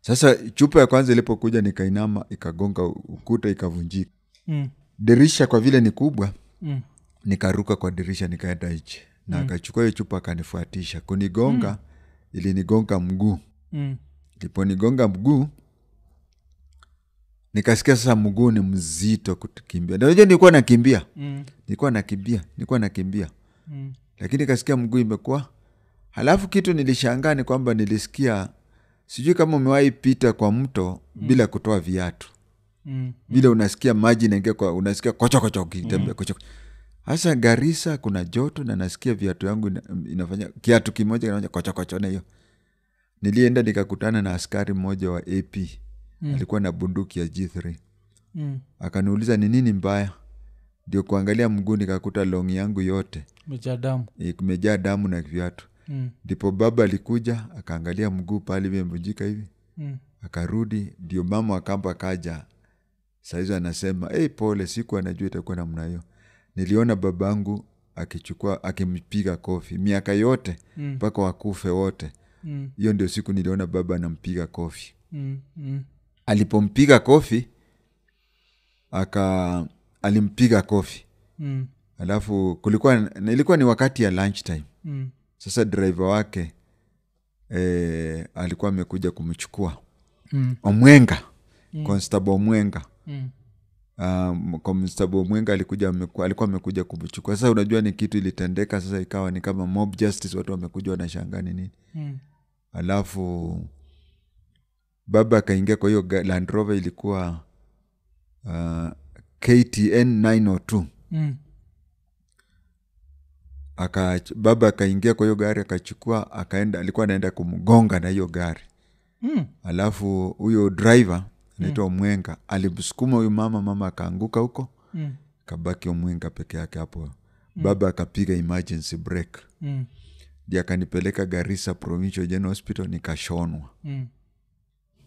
S2: sasa chupa ya kwanza ilipokuja nikainama ikagonga ukuta ikavunjika
S1: Mm.
S2: dirisha kwa vile ni kubwa
S1: Mm.
S2: nikaruka kwa dirisha nikaenda nje na akachukua hiyo chupa akanifuatisha kunigonga ilinigonga mguu
S1: Mm.
S2: iliponigonga mguu nikasikia sasa mguu ni mzito kukimbia najua nilikuwa nakimbia
S1: Mm.
S2: nilikuwa nakimbia nilikuwa nakimbia
S1: Mm.
S2: lakini nikasikia mguu imekuwa halafu kitu nilishangaa ni kwamba nilisikia sijui kama umewahi pita kwa mto bila kutoa viatu
S1: Mm.
S2: vile unasikia maji inaingia kwa unasikia kochokocho ukitembea kochoko hasa garisa kuna joto na nasikia viatu yangu ina, inafanya kiatu kimoja kinafanya kochokocho na hiyo nilienda nikakutana na askari mmoja wa ap alikuwa na bunduki ya g3
S1: Mm.
S2: akaniuliza ni nini mbaya ndio kuangalia mguu nikakuta long yangu yote
S1: Umejaa damu.
S2: eh, kumejaa damu na viatu
S1: Mm.
S2: ndipo baba alikuja akaangalia mguu pale vimevunjika hivi
S1: Mm.
S2: akarudi ndio mama wakamba kaja sahizo anasema hey, pole siku anajua itakuwa namna hiyo niliona babangu akichukua akimpiga kofi miaka yote
S1: Mm.
S2: mpaka wakufe wote
S1: Mm.
S2: hiyo ndio siku niliona baba anampiga kofi
S1: Mm. Mm.
S2: alipompiga kofi aka alimpiga kofi
S1: Mm.
S2: alafu kulikuwa na- ilikuwa ni wakati ya lunch time
S1: Mm.
S2: sasa driver wake eh, alikuwa amekuja kumchukua
S1: Mm.
S2: omwenga constable omwenga
S1: Mm.
S2: um, constable omwenga alikuja ameku- alikuwa amekuja kumchukua sasa unajua ni kitu ilitendeka sasa ikawa ni kama mob justice watu wamekuja wanashangaa ni nini
S1: Mm.
S2: alafu baba akaingia kwa hiyo ga- Land Rover ilikuwa uh, ktn 902
S1: Mm.
S2: aka, baba akaingia kwa hiyo gari akachukua akaenda alikuwa anaenda kumgonga na hiyo gari
S1: Mm.
S2: alafu huyo driver anaitwa omwenga alimsukuma huyu mama mama akaanguka huko
S1: Mm.
S2: kabaki omwenga peke yake hapo baba akapiga emergency break
S1: Mm.
S2: ndi akanipeleka garissa provincial general hospital nikashonwa
S1: Mm.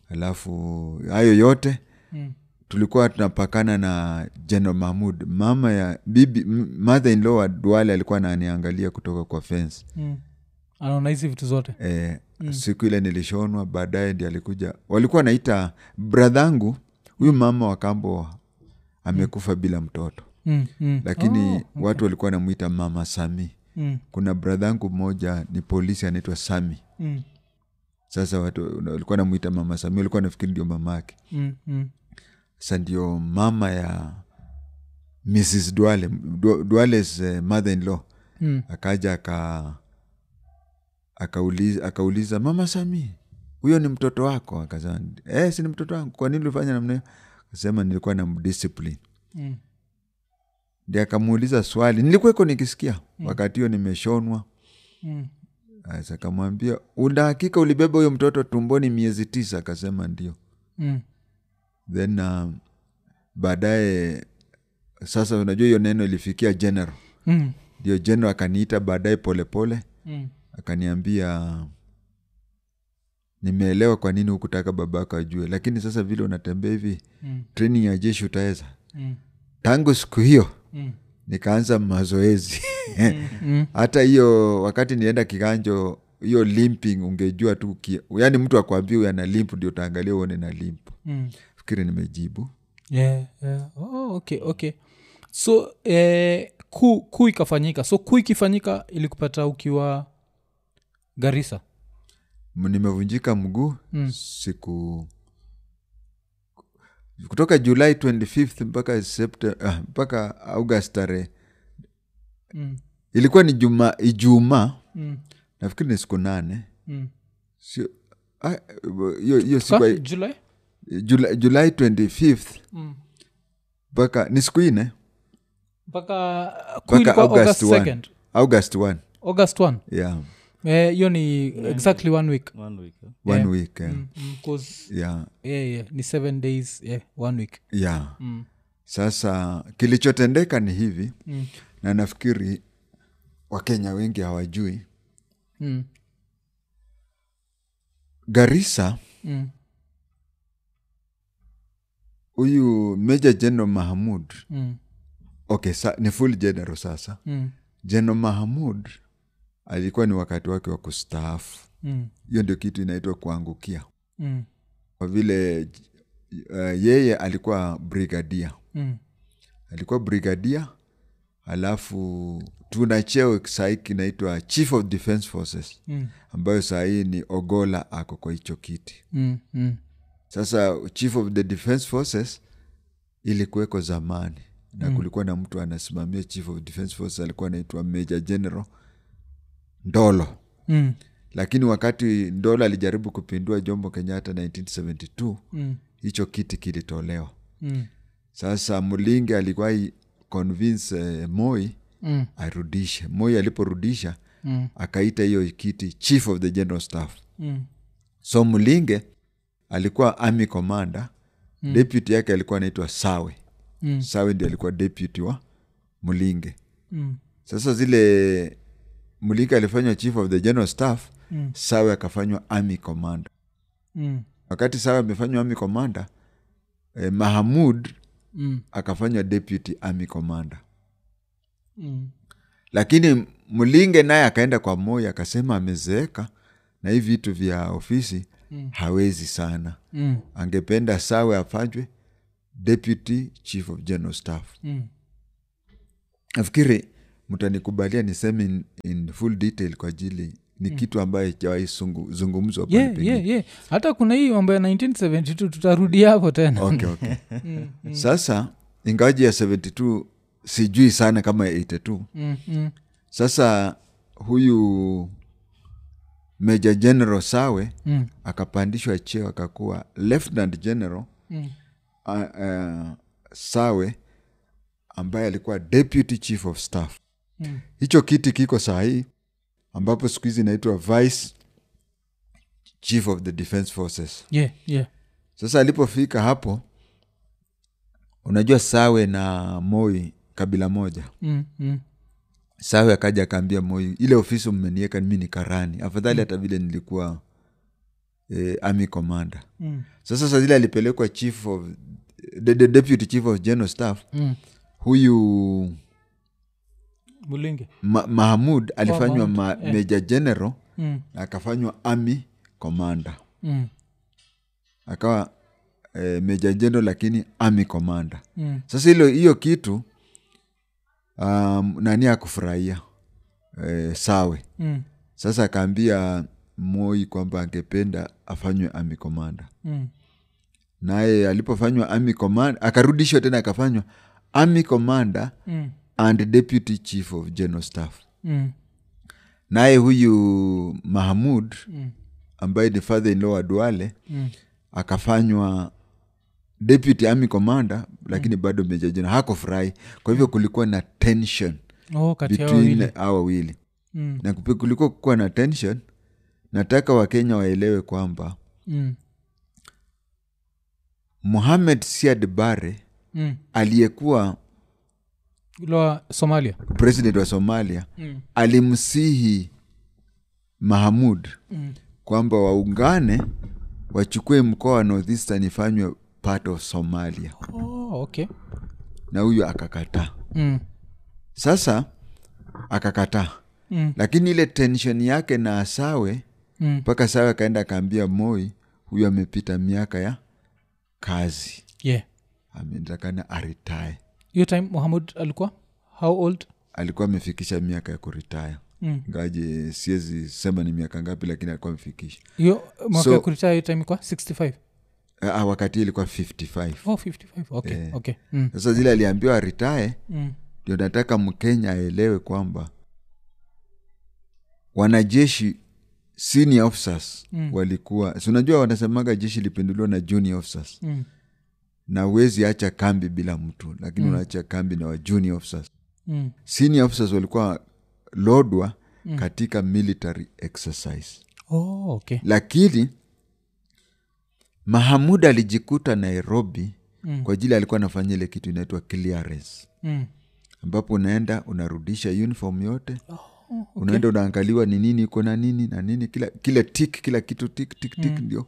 S2: alafu hayo yote
S1: Mm.
S2: tulikuwa tunapakana na general mahmud mama ya bibi mother in law wa duale alikuwa ananiangalia kutoka kwa fence
S1: Mm. anaona hizi vitu zote
S2: e,
S1: Mm.
S2: siku ile nilishonwa baadaye ndi alikuja walikuwa naita bradhangu huyu mama wa kambo amekufa bila mtoto
S1: mm. Mm.
S2: lakini watu walikuwa wanamwita mama sami
S1: Mm.
S2: kuna bradhangu mmoja ni polisi anaitwa sami
S1: Mm.
S2: sasa watu walikuwa namwita mama sami walikuwa nafikiri ndio mama yake
S1: Mm. Mm.
S2: sasa ndio mama ya mrs duale Du- duales eh, mother in law
S1: Mm.
S2: akaja aka akauliza, akauliza mama sami huyo ni mtoto wako akasema eh, si ni mtoto wangu kwa nini ulifanya namna hiyo akasema nilikuwa na mdiscipline
S1: Mm.
S2: ndi akamuuliza swali nilikuweko nikisikia wakati hiyo nimeshonwa
S1: Mm.
S2: Asa akamwambia una hakika ulibeba huyo mtoto tumboni miezi tisa akasema ndio
S1: Mm.
S2: then um, baadaye sasa unajua hiyo neno ilifikia general
S1: Mm.
S2: ndio general akaniita baadaye polepole
S1: Mm.
S2: akaniambia nimeelewa kwa nini hukutaka babako ajue lakini sasa vile unatembea hivi
S1: Mm.
S2: training ya jeshi utaweza
S1: Mm.
S2: tangu siku hiyo
S1: Mm.
S2: nikaanza mazoezi
S1: Mm.
S2: hata hiyo wakati nienda kiganjo hiyo limping ungejua tu ki- yaani mtu akwambia huyu ana limp ndio utaangalia uone na limp
S1: Mm.
S2: fikiri nimejibu
S1: yeah, yeah. Oh, okay, okay. so eh, kuu kuu ikafanyika so kuu ikifanyika ilikupata ukiwa garisa
S2: M- nimevunjika mguu
S1: Mm.
S2: siku kutoka julai 25 mpaka septe ah, mpaka august tarehe
S1: mm.
S2: ilikuwa ni juma ijumaa
S1: mm.
S2: nafikiri ni siku nane
S1: mm.
S2: Sio- ah, hiyo hiyo siku
S1: Ka-
S2: ya-
S1: julai
S2: Jula- julai 25
S1: Mm.
S2: mpaka ni siku ine
S1: mpaka
S2: Mpaka
S1: kuilikuwa
S2: August
S1: august
S2: 1.
S1: 2nd
S2: august 1
S1: august 1
S2: yeah
S1: Eh, hiyo ni exactly one week
S3: one week eh?
S2: one
S1: Yeah.
S2: week yeah.
S1: Mm, mm, 'cause-
S2: yeah
S1: yeah, yeah, ni seven days yeah, one week
S2: yeah
S1: Mm.
S2: sasa kilichotendeka ni hivi mm. na nafikiri wakenya wengi hawajui
S1: mm,
S2: garisa
S1: mm,
S2: huyu meja general mahamud
S1: mm,
S2: okay sa, ni full general sasa
S1: mm,
S2: general mahamud alikuwa ni wakati wake wa kustaafu
S1: mm,
S2: hiyo ndio kitu inaitwa kuangukia
S1: mm,
S2: kwa vile uh, yeye alikuwa brigadia
S1: mm,
S2: alikuwa brigadia alafu tuna cheo sahii kinaitwa chief of defense forces
S1: mm,
S2: ambayo sahii ni ogola ako kwa hicho kiti
S1: mm, mm,
S2: sasa chief of the defense forces ilikuweko zamani na mm. kulikuwa na mtu anasimamia chief of defense forces alikuwa anaitwa major general ndolo
S1: mm,
S2: lakini wakati ndolo alijaribu kupindua jomo kenyatta 1972
S1: mm,
S2: hicho kiti kilitolewa
S1: mm,
S2: sasa mlingi alikuwa convince eh, moi
S1: mm,
S2: arudishe moi aliporudisha
S1: mm,
S2: akaita hiyo kiti chief of the general staff
S1: mm,
S2: so mlinge alikuwa army commander mm. deputy yake alikuwa anaitwa sawe
S1: Mm.
S2: sawe ndio alikuwa deputy wa mlinge
S1: mm,
S2: sasa zile mlinge alifanywa chief of the general staff mm. sawe akafanywa army commander
S1: mm,
S2: wakati sawe amefanywa army commander eh, mahamud
S1: mm,
S2: akafanywa deputy army commander
S1: mm,
S2: lakini mlinge naye akaenda kwa moyo akasema amezeeka na hivi vitu vya ofisi mm. hawezi sana
S1: mm,
S2: angependa sawe afanywe deputy chief of general staff
S1: mm.
S2: nafikiri mtanikubalia niseme in, in full detail kwa ajili ni kitu ambayo ijawahi zungumzwa pale
S1: Mm. Yeah,
S2: pengine.
S1: yeah, yeah. hata kuna hii mambo ya 1972 tutarudi hapo tena
S2: okay, okay.
S1: Mm,
S2: sasa ingawaji ya 72 sijui sana kama ya 82
S1: mm, mm,
S2: sasa huyu meja general sawe
S1: mm,
S2: akapandishwa cheo akakuwa lieutenant general
S1: mm,
S2: uh, uh, sawe ambaye alikuwa deputy chief of staff
S1: mm,
S2: hicho kiti kiko sahii ambapo siku hizi inaitwa vice chief of the defense forces
S1: yeah, yeah.
S2: sasa alipofika hapo unajua sawe na moi kabila moja
S1: Mm, mm,
S2: sawe akaja akaambia moi ile ofisi mmenieka mi ni karani afadhali hata vile nilikuwa eh, army commander
S1: mm,
S2: sasa saa zile alipelekwa chief of the, the deputy chief of general staff
S1: mm.
S2: huyu
S1: bulinge
S2: ma, mahamud alifanywa ma,
S1: Mahamud, eh.
S2: major general
S1: mm,
S2: na akafanywa army commander
S1: mm,
S2: akawa eh, major general lakini army commander
S1: mm,
S2: sasa hilo hiyo kitu um, nani akufurahia eh, sawe
S1: mm,
S2: sasa akaambia moi kwamba angependa afanywe army commander
S1: mm,
S2: naye alipofanywa army commander akarudishwa tena akafanywa army commander
S1: mm,
S2: and deputy chief of general staff
S1: mm,
S2: naye huyu mahamud
S1: mm,
S2: ambaye ni father in law wa duale
S1: mm,
S2: akafanywa deputy army commander lakini bado meja general hakufurahi kwa hivyo kulikuwa na tension
S1: oh, kati yao
S2: between
S1: wawili
S2: hao wawili
S1: mm,
S2: na kupi- kulikuwa kukuwa na tension nataka wakenya waelewe kwamba
S1: mm,
S2: muhamed siad bare
S1: mm.
S2: aliyekuwa
S1: Ule wa somalia
S2: president wa somalia
S1: mm,
S2: alimsihi mahamud
S1: mm,
S2: kwamba waungane wachukue mkoa wa northeastern ifanywe part of somalia
S1: oh, okay
S2: na huyu akakataa
S1: mm,
S2: sasa akakataa
S1: mm,
S2: lakini ile tension yake na asawe
S1: mm.
S2: mpaka sawe akaenda akaambia moi huyu amepita miaka ya kazi
S1: yeah
S2: ametakana aritae
S1: hiyo time muhamud alikuwa how old
S2: alikuwa amefikisha miaka ya kuritaya
S1: Mm.
S2: ngaje siwezi sema ni miaka ngapi lakini alikuwa amefikisha
S1: hiyo mwaka
S2: So-
S1: so, kuritaa hiyo time kwa 65
S2: Ah, wakati hii ilikuwa 55
S1: oh, 55 okay,
S2: Eh.
S1: okay. Mm,
S2: sasa zile aliambiwa aritae
S1: mm,
S2: ndio nataka mkenya aelewe kwamba wanajeshi senior officers mm. walikuwa si unajua wanasemaga jeshi lipinduliwa na junior officers
S1: mm,
S2: na uwezi acha kambi bila mtu lakini mm. unaacha kambi na wa junior officers
S1: mm,
S2: senior officers walikuwa lodwa mm. katika military exercise
S1: oh, okay
S2: lakini mahamud alijikuta nairobi mm. kwa ajili alikuwa anafanya ile kitu inaitwa clearance
S1: mm.
S2: ambapo unaenda unarudisha uniform yote oh, okay. unaenda unaangaliwa ni nini iko na nini na nini kila kile tik kila kitu tik tik tik mm. ndio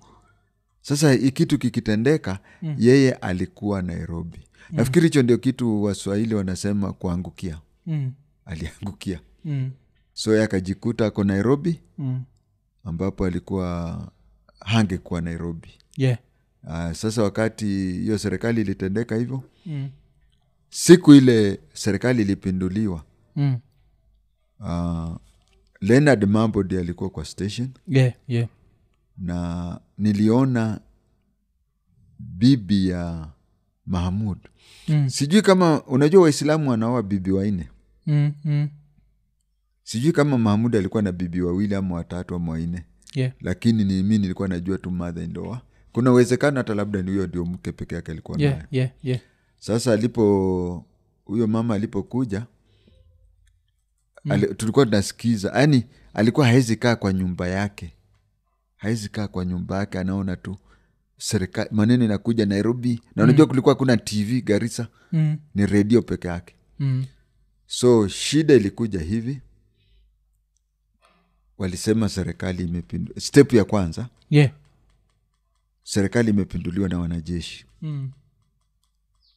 S2: sasa hii kitu kikitendeka mm. yeye alikuwa nairobi mm. nafikiri hicho ndio kitu waswahili wanasema kuangukia
S1: Mm.
S2: aliangukia
S1: Mm.
S2: so yeye akajikuta ako nairobi
S1: Mm.
S2: ambapo alikuwa hangekuwa nairobi
S1: yeah
S2: uh, sasa wakati hiyo serikali ilitendeka hivyo
S1: mm.
S2: siku ile serikali ilipinduliwa
S1: Mm.
S2: uh, leonard mambo ndi alikuwa kwa station
S1: yeah yeah
S2: na niliona bibi ya mahamud
S1: Mm.
S2: sijui kama unajua waislamu wanaoa bibi wanne
S1: mm. Mm.
S2: sijui kama mahamud alikuwa na bibi wawili ama watatu ama wanne
S1: yeah
S2: lakini ni mi nilikuwa najua tu mother in law kuna uwezekano hata labda ni huyo ndio mke peke yake alikuwa naye
S1: yeah yeah yeah
S2: sasa alipo huyo mama alipokuja mm. ali, tulikuwa tunasikiza yani alikuwa hawezi kaa kwa nyumba yake hawezi kaa kwa nyumba yake anaona tu serikali maneno inakuja nairobi na unajua kulikuwa kuna tv garisa
S1: mm.
S2: ni redio peke yake
S1: Mm.
S2: so shida ilikuja hivi walisema serikali imepindu step ya kwanza
S1: yeah
S2: serikali imepinduliwa na wanajeshi
S1: mm.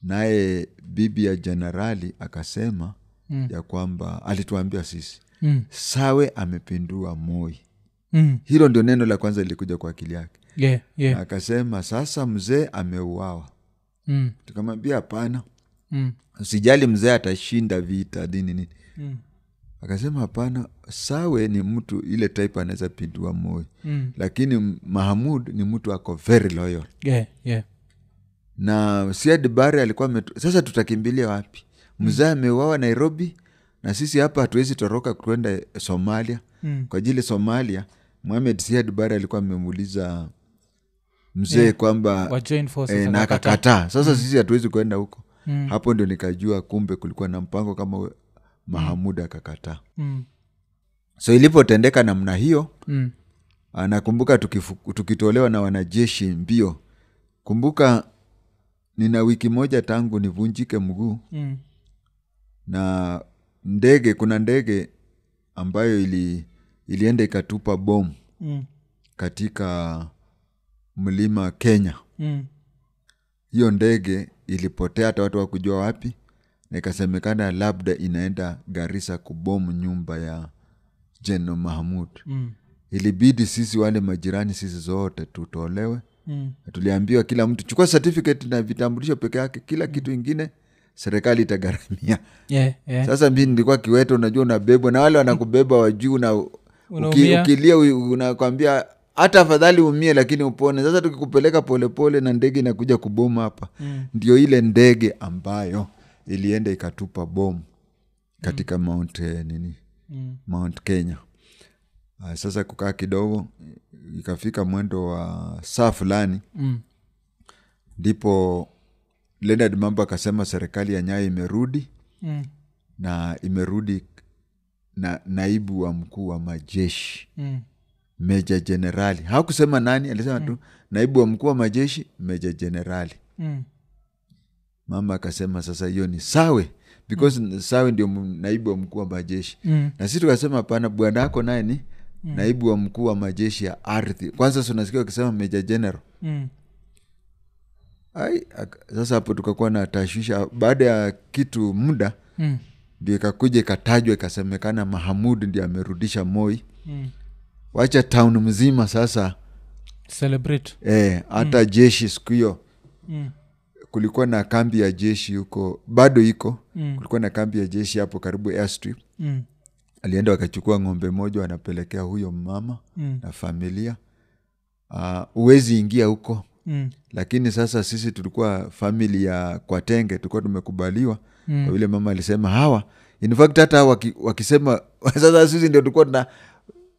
S2: naye bibi ya jenerali akasema
S1: Mm.
S2: ya kwamba alituambia sisi
S1: Mm.
S2: sawe amepindua moi
S1: Mm.
S2: hilo ndio neno la kwanza lilikuja kwa akili yake
S1: yeah yeah
S2: akasema sasa mzee ameuawa
S1: mm.
S2: tukamwambia hapana
S1: Mm.
S2: usijali mzee atashinda vita nini nini
S1: Mm.
S2: akasema hapana sawe ni mtu ile type anaweza pindua moi
S1: Mm.
S2: lakini mahamud ni mtu ako very loyal
S1: yeah yeah
S2: na Siad Barre alikuwa ametu... Sasa tutakimbilia wapi? Mzee ameuawa Nairobi na sisi hapa hatuwezi toroka kwenda Somalia.
S1: Mm.
S2: Kwa ajili Somalia, Mohamed Siad Barre alikuwa amemuuliza mzee yeah. kwamba
S1: wajoin forces
S2: e, na
S1: akakataa.
S2: akakataa. Sasa mm. sisi hatuwezi kwenda huko
S1: Mm.
S2: hapo ndio nikajua kumbe kulikuwa na mpango kama we- Mahamud akakataa.
S1: Mm.
S2: So ilipotendeka namna hiyo,
S1: Mm.
S2: Ah, nakumbuka tukifu- tukitolewa na wanajeshi mbio kumbuka nina wiki moja tangu nivunjike mguu
S1: Mm.
S2: na ndege kuna ndege ambayo ili, ilienda ikatupa bomu
S1: Mm.
S2: katika mlima kenya
S1: Mm.
S2: hiyo ndege ilipotea hata watu wakujua wapi na ikasemekana labda inaenda garisa kubomu nyumba ya jeno mahmud
S1: Mm.
S2: ilibidi sisi wale majirani sisi zote tutolewe
S1: Mm.
S2: Na tuliambiwa kila mtu chukua certificate na vitambulisho peke yake kila kitu ingine serikali itagharamia
S1: yeah yeah
S2: sasa mi nilikuwa kiwete unajua unabebwa na wale wanakubeba wajuu na uki,
S1: Unaumia.
S2: ukilia u- unakwambia hata afadhali umie lakini upone sasa tukikupeleka polepole na ndege inakuja kuboma hapa mm. ndio ile ndege ambayo ilienda ikatupa bomu katika mm. mount eh, nini
S1: Mm.
S2: mount kenya Ah, sasa kukaa kidogo ikafika mwendo wa saa fulani
S1: Mm.
S2: ndipo leonard mambo akasema serikali ya nyayo imerudi
S1: Mm.
S2: na imerudi na naibu wa mkuu wa majeshi
S1: Mm.
S2: meja jenerali hakusema nani alisema tu naibu wa mkuu wa majeshi meja jenerali
S1: Mm.
S2: mama akasema sasa hiyo ni sawe because sawe ndio m- naibu wa mkuu wa majeshi
S1: Mm.
S2: na sisi tukasema hapana bwana yako naye ni naibu wa mkuu wa majeshi ya ardhi kwanza si unasikia wakisema meja general
S1: Mm.
S2: Ai, ak- sasa hapo tukakuwa na tashwisha baada ya kitu muda
S1: Mm.
S2: ndio ikakuja ikatajwa ikasemekana mahamud ndio amerudisha moi
S1: Mm.
S2: wacha town mzima sasa
S1: celebrate
S2: eh, hata jeshi siku hiyo
S1: mm.
S2: kulikuwa na kambi ya jeshi huko bado iko
S1: Mm.
S2: kulikuwa na kambi ya jeshi hapo karibu airstrip
S1: Mm.
S2: alienda wakachukua ng'ombe moja wanapelekea huyo mama
S1: Mm.
S2: na familia Ah, huwezi ingia huko
S1: Mm.
S2: lakini sasa sisi tulikuwa famili ya kwatenge tulikuwa tumekubaliwa mm. kwa vile mama alisema hawa in fact hata hawa waki, wakisema sasa sisi ndio tulikuwa tuna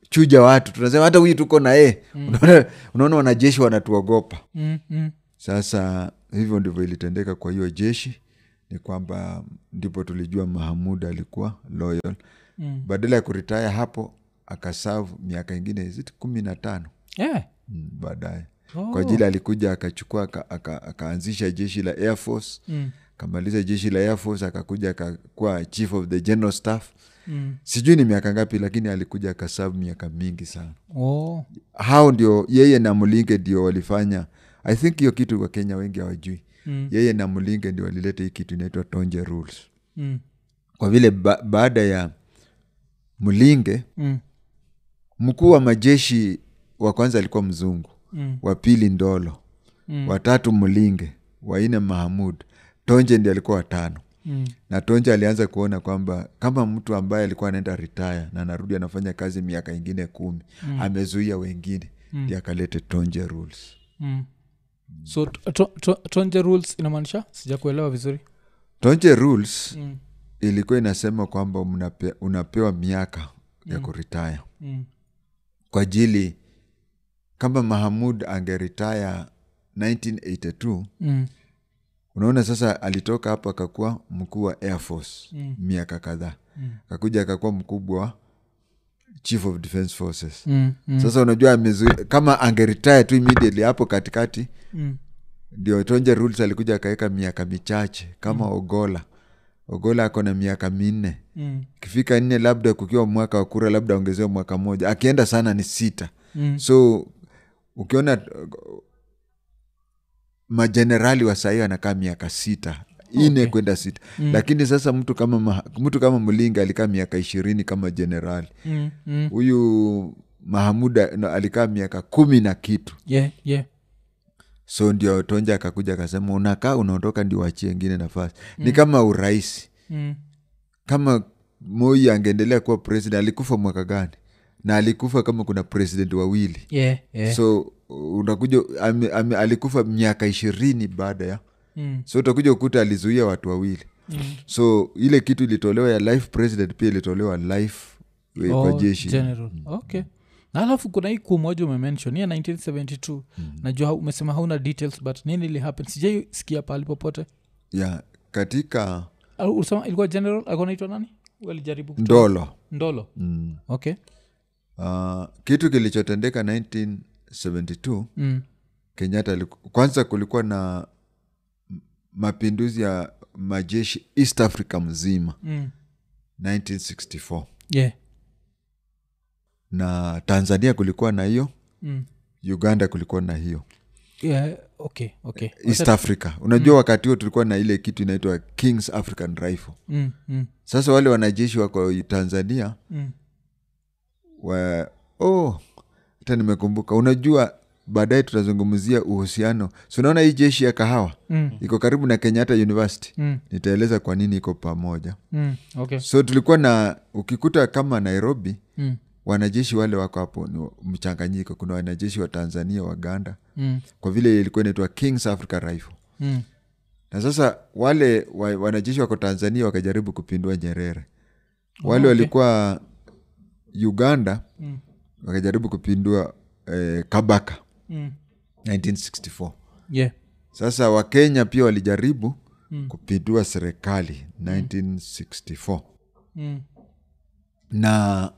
S2: chuja watu tunasema hata huyu tuko na yeye mm. unaona, unaona wanajeshi wanatuogopa
S1: Mm. Mm.
S2: sasa hivyo ndivyo ilitendeka kwa hiyo jeshi ni kwamba ndipo tulijua mahamud alikuwa loyal mm. badala ya kuritaya hapo akasavu miaka ingine is it kumi na tano
S1: yeah.
S2: mm, baadaye kwa ajili alikuja akachukua aka- aka- akaanzisha jeshi la air force mm. akamaliza jeshi la air force akakuja akakuwa chief of the general staff mm. sijui ni miaka ngapi lakini alikuja akasavu miaka mingi sana
S1: oh.
S2: hao ndio yeye na mlinge ndio walifanya i think hiyo kitu wakenya wengi hawajui mm. yeye na mlinge ndio walileta hii kitu inaitwa tonje rules
S1: mm.
S2: kwa vile ba- baada ya mlinge
S1: Mm.
S2: mkuu wa majeshi wa kwanza alikuwa mzungu mm. wa pili ndolo mm. watatu mlinge waine mahamud tonje ndi alikuwa watano mm. na tonje alianza kuona kwamba kama mtu ambaye alikuwa anaenda ritaya na anarudi anafanya kazi miaka ingine kumi mm. amezuia wengine mm. ndi akalete tonje rules
S1: Mm. so to- to- to- tonje rules inamaanisha sijakuelewa vizuri
S2: tonje rules mm. ilikuwa inasema kwamba mnape, unapewa miaka mm. ya kuritaya
S1: Mm.
S2: kwa ajili kama mahamud angeritaya 1982
S1: mm.
S2: unaona sasa alitoka hapo akakuwa mkuu wa air force mm. miaka kadhaa mm. akakuja akakuwa mkubwa wa chief of defense forces
S1: Mm. Mm.
S2: sasa unajua amezui, kama angeritaya tu immediately hapo katikati
S1: Mm.
S2: ndio tonje rules alikuja akaweka miaka michache kama mm. ogola ogola ako na miaka minne
S1: Mm.
S2: kifika nne labda kukiwa mwaka wa kura labda ongezewa mwaka moja akienda sana ni sita
S1: Mm.
S2: so ukiona uh, majenerali wa sahii anakaa miaka sita ine
S1: Okay. Mm.
S2: kwenda sita lakini sasa mtu kama ma, mtu kama mlinga alikaa miaka ishirini kama jenerali
S1: Mm. Mm.
S2: huyu mahamuda no, alikaa miaka kumi na kitu
S1: yeah yeah
S2: so ndio tonja akakuja akasema unakaa unaondoka ndio wachie ngine nafasi ni kama urahisi
S1: mm.
S2: kama moi angeendelea kuwa president alikufa mwaka gani na alikufa kama kuna president wawili
S1: yeah yeah
S2: so unakuja ame, ame, alikufa miaka ishirini baada ya
S1: mm.
S2: so utakuja ukuta alizuia watu wawili mm. so ile kitu ilitolewa ya life president pia ilitolewa life eh, kwa
S1: Oh,
S2: jeshi Mm.
S1: general okay na alafu kuna hii kuu moja umemention ni ya 1972
S2: Mm.
S1: najua hau- umesema hauna details but nini lihappen sijai sikia pahali popote
S2: yeah, katika
S1: Au ulisema ilikuwa general alikuwa naitwa nani Wewe alijaribu kutoa-
S2: ndolo
S1: ndolo
S2: mm.
S1: okay
S2: uh, kitu kilichotendeka 1972
S1: mm.
S2: kenyatta aliku- kwanza kulikuwa na m- mapinduzi ya majeshi east africa mzima
S1: Mm.
S2: 1964
S1: yeah
S2: na tanzania kulikuwa na hiyo
S1: mm.
S2: uganda kulikuwa na hiyo
S1: yeah okay okay
S2: east africa unajua wakati huo tulikuwa na ile kitu inaitwa kings african rifle
S1: mm. Mm.
S2: sasa wale wanajeshi wako tanzania
S1: Mm.
S2: wa oh hata nimekumbuka unajua baadaye tutazungumzia uhusiano si unaona hii jeshi ya kahawa
S1: Mm.
S2: iko karibu na kenyatta university
S1: Mm.
S2: nitaeleza kwa nini iko pamoja
S1: Mm. okay
S2: so tulikuwa na ukikuta kama nairobi
S1: mm.
S2: wanajeshi wale wako hapo ni mchanganyiko kuna wanajeshi wa tanzania waganda
S1: Mm.
S2: kwa vile ilikuwa inaitwa kings africa rifle
S1: Mm.
S2: na sasa wale wa, wanajeshi wako tanzania wakajaribu kupindua nyerere wale
S1: okay.
S2: walikuwa uganda
S1: Mm.
S2: wakajaribu kupindua eh, kabaka
S1: Mm.
S2: 1964
S1: yeah
S2: sasa wakenya pia walijaribu kupindua serikali 1964
S1: mm.
S2: na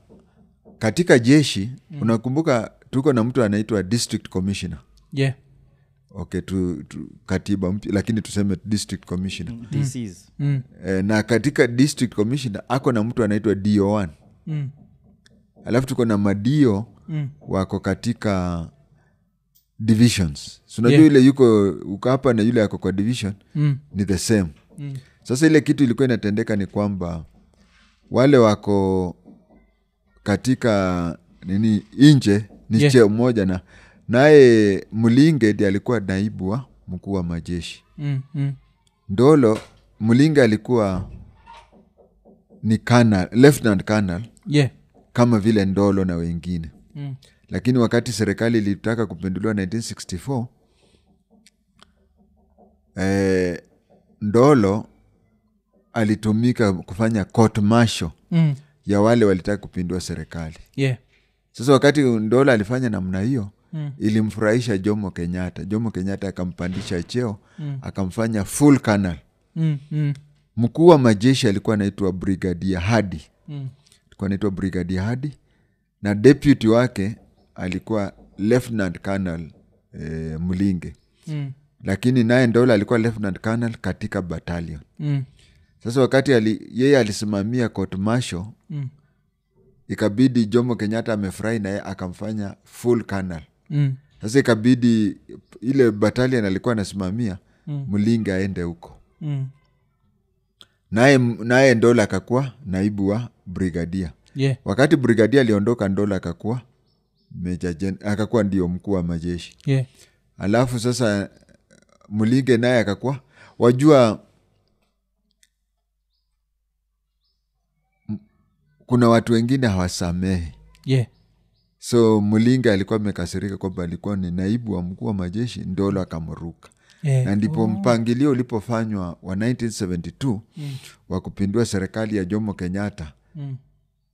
S2: katika jeshi
S1: Mm.
S2: unakumbuka tuko na mtu anaitwa district commissioner
S1: yeah
S2: okay tu, tu, katiba mpya lakini tuseme district commissioner
S3: DCs.
S1: mm.
S2: e, na katika district commissioner ako na mtu anaitwa do1
S1: Mm.
S2: alafu tuko na madio
S1: Mm.
S2: wako katika divisions sunajua
S1: Yeah.
S2: yule yuko uko hapa na yule ako kwa division
S1: Mm.
S2: ni the same
S1: Mm.
S2: sasa ile kitu ilikuwa inatendeka ni kwamba wale wako katika nini nje ni
S1: Yeah.
S2: cheo mmoja na naye mlinge ndi alikuwa naibu wa mkuu wa majeshi
S1: Mm. Mm.
S2: ndolo mlinge alikuwa ni colonel, lieutenant colonel
S1: yeah
S2: kama vile ndolo na wengine
S1: mm.
S2: lakini wakati serikali ilitaka kupinduliwa 1964 eh, ndolo alitumika kufanya court martial
S1: Mm.
S2: ya wale walitaka kupindua serikali
S1: yeah
S2: sasa wakati ndolo alifanya namna hiyo
S1: Mm.
S2: ilimfurahisha jomo kenyatta jomo kenyatta akampandisha cheo
S1: Mm.
S2: akamfanya full colonel
S1: mm. Mm.
S2: mkuu wa majeshi alikuwa anaitwa brigadia hadi
S1: Mm.
S2: alikuwa anaitwa brigadi hadi na deputy wake alikuwa lieutenant colonel eh, mlinge
S1: mm,
S2: lakini naye ndola alikuwa lieutenant colonel katika battalion
S1: mm,
S2: sasa wakati ali, yeye alisimamia court martial
S1: mm,
S2: ikabidi jomo kenyatta amefurahi naye akamfanya full colonel
S1: mm,
S2: sasa ikabidi ile batalion alikuwa anasimamia
S1: Mm.
S2: mlinge aende huko
S1: mm.
S2: naye naye ndola akakuwa naibu wa brigadia
S1: Yeah.
S2: wakati brigadia aliondoka ndola akakuwa meja gen- akakuwa ndio mkuu wa majeshi
S1: Yeah.
S2: alafu sasa mlinge naye akakuwa wajua m- kuna watu wengine hawasamehe
S1: Yeah.
S2: so mlinge alikuwa amekasirika kwamba alikuwa ni naibu wa mkuu wa majeshi ndolo akamruka
S1: Yeah.
S2: na ndipo mpangilio ulipofanywa wa 1972 wa kupindua serikali ya jomo kenyatta
S1: Mm,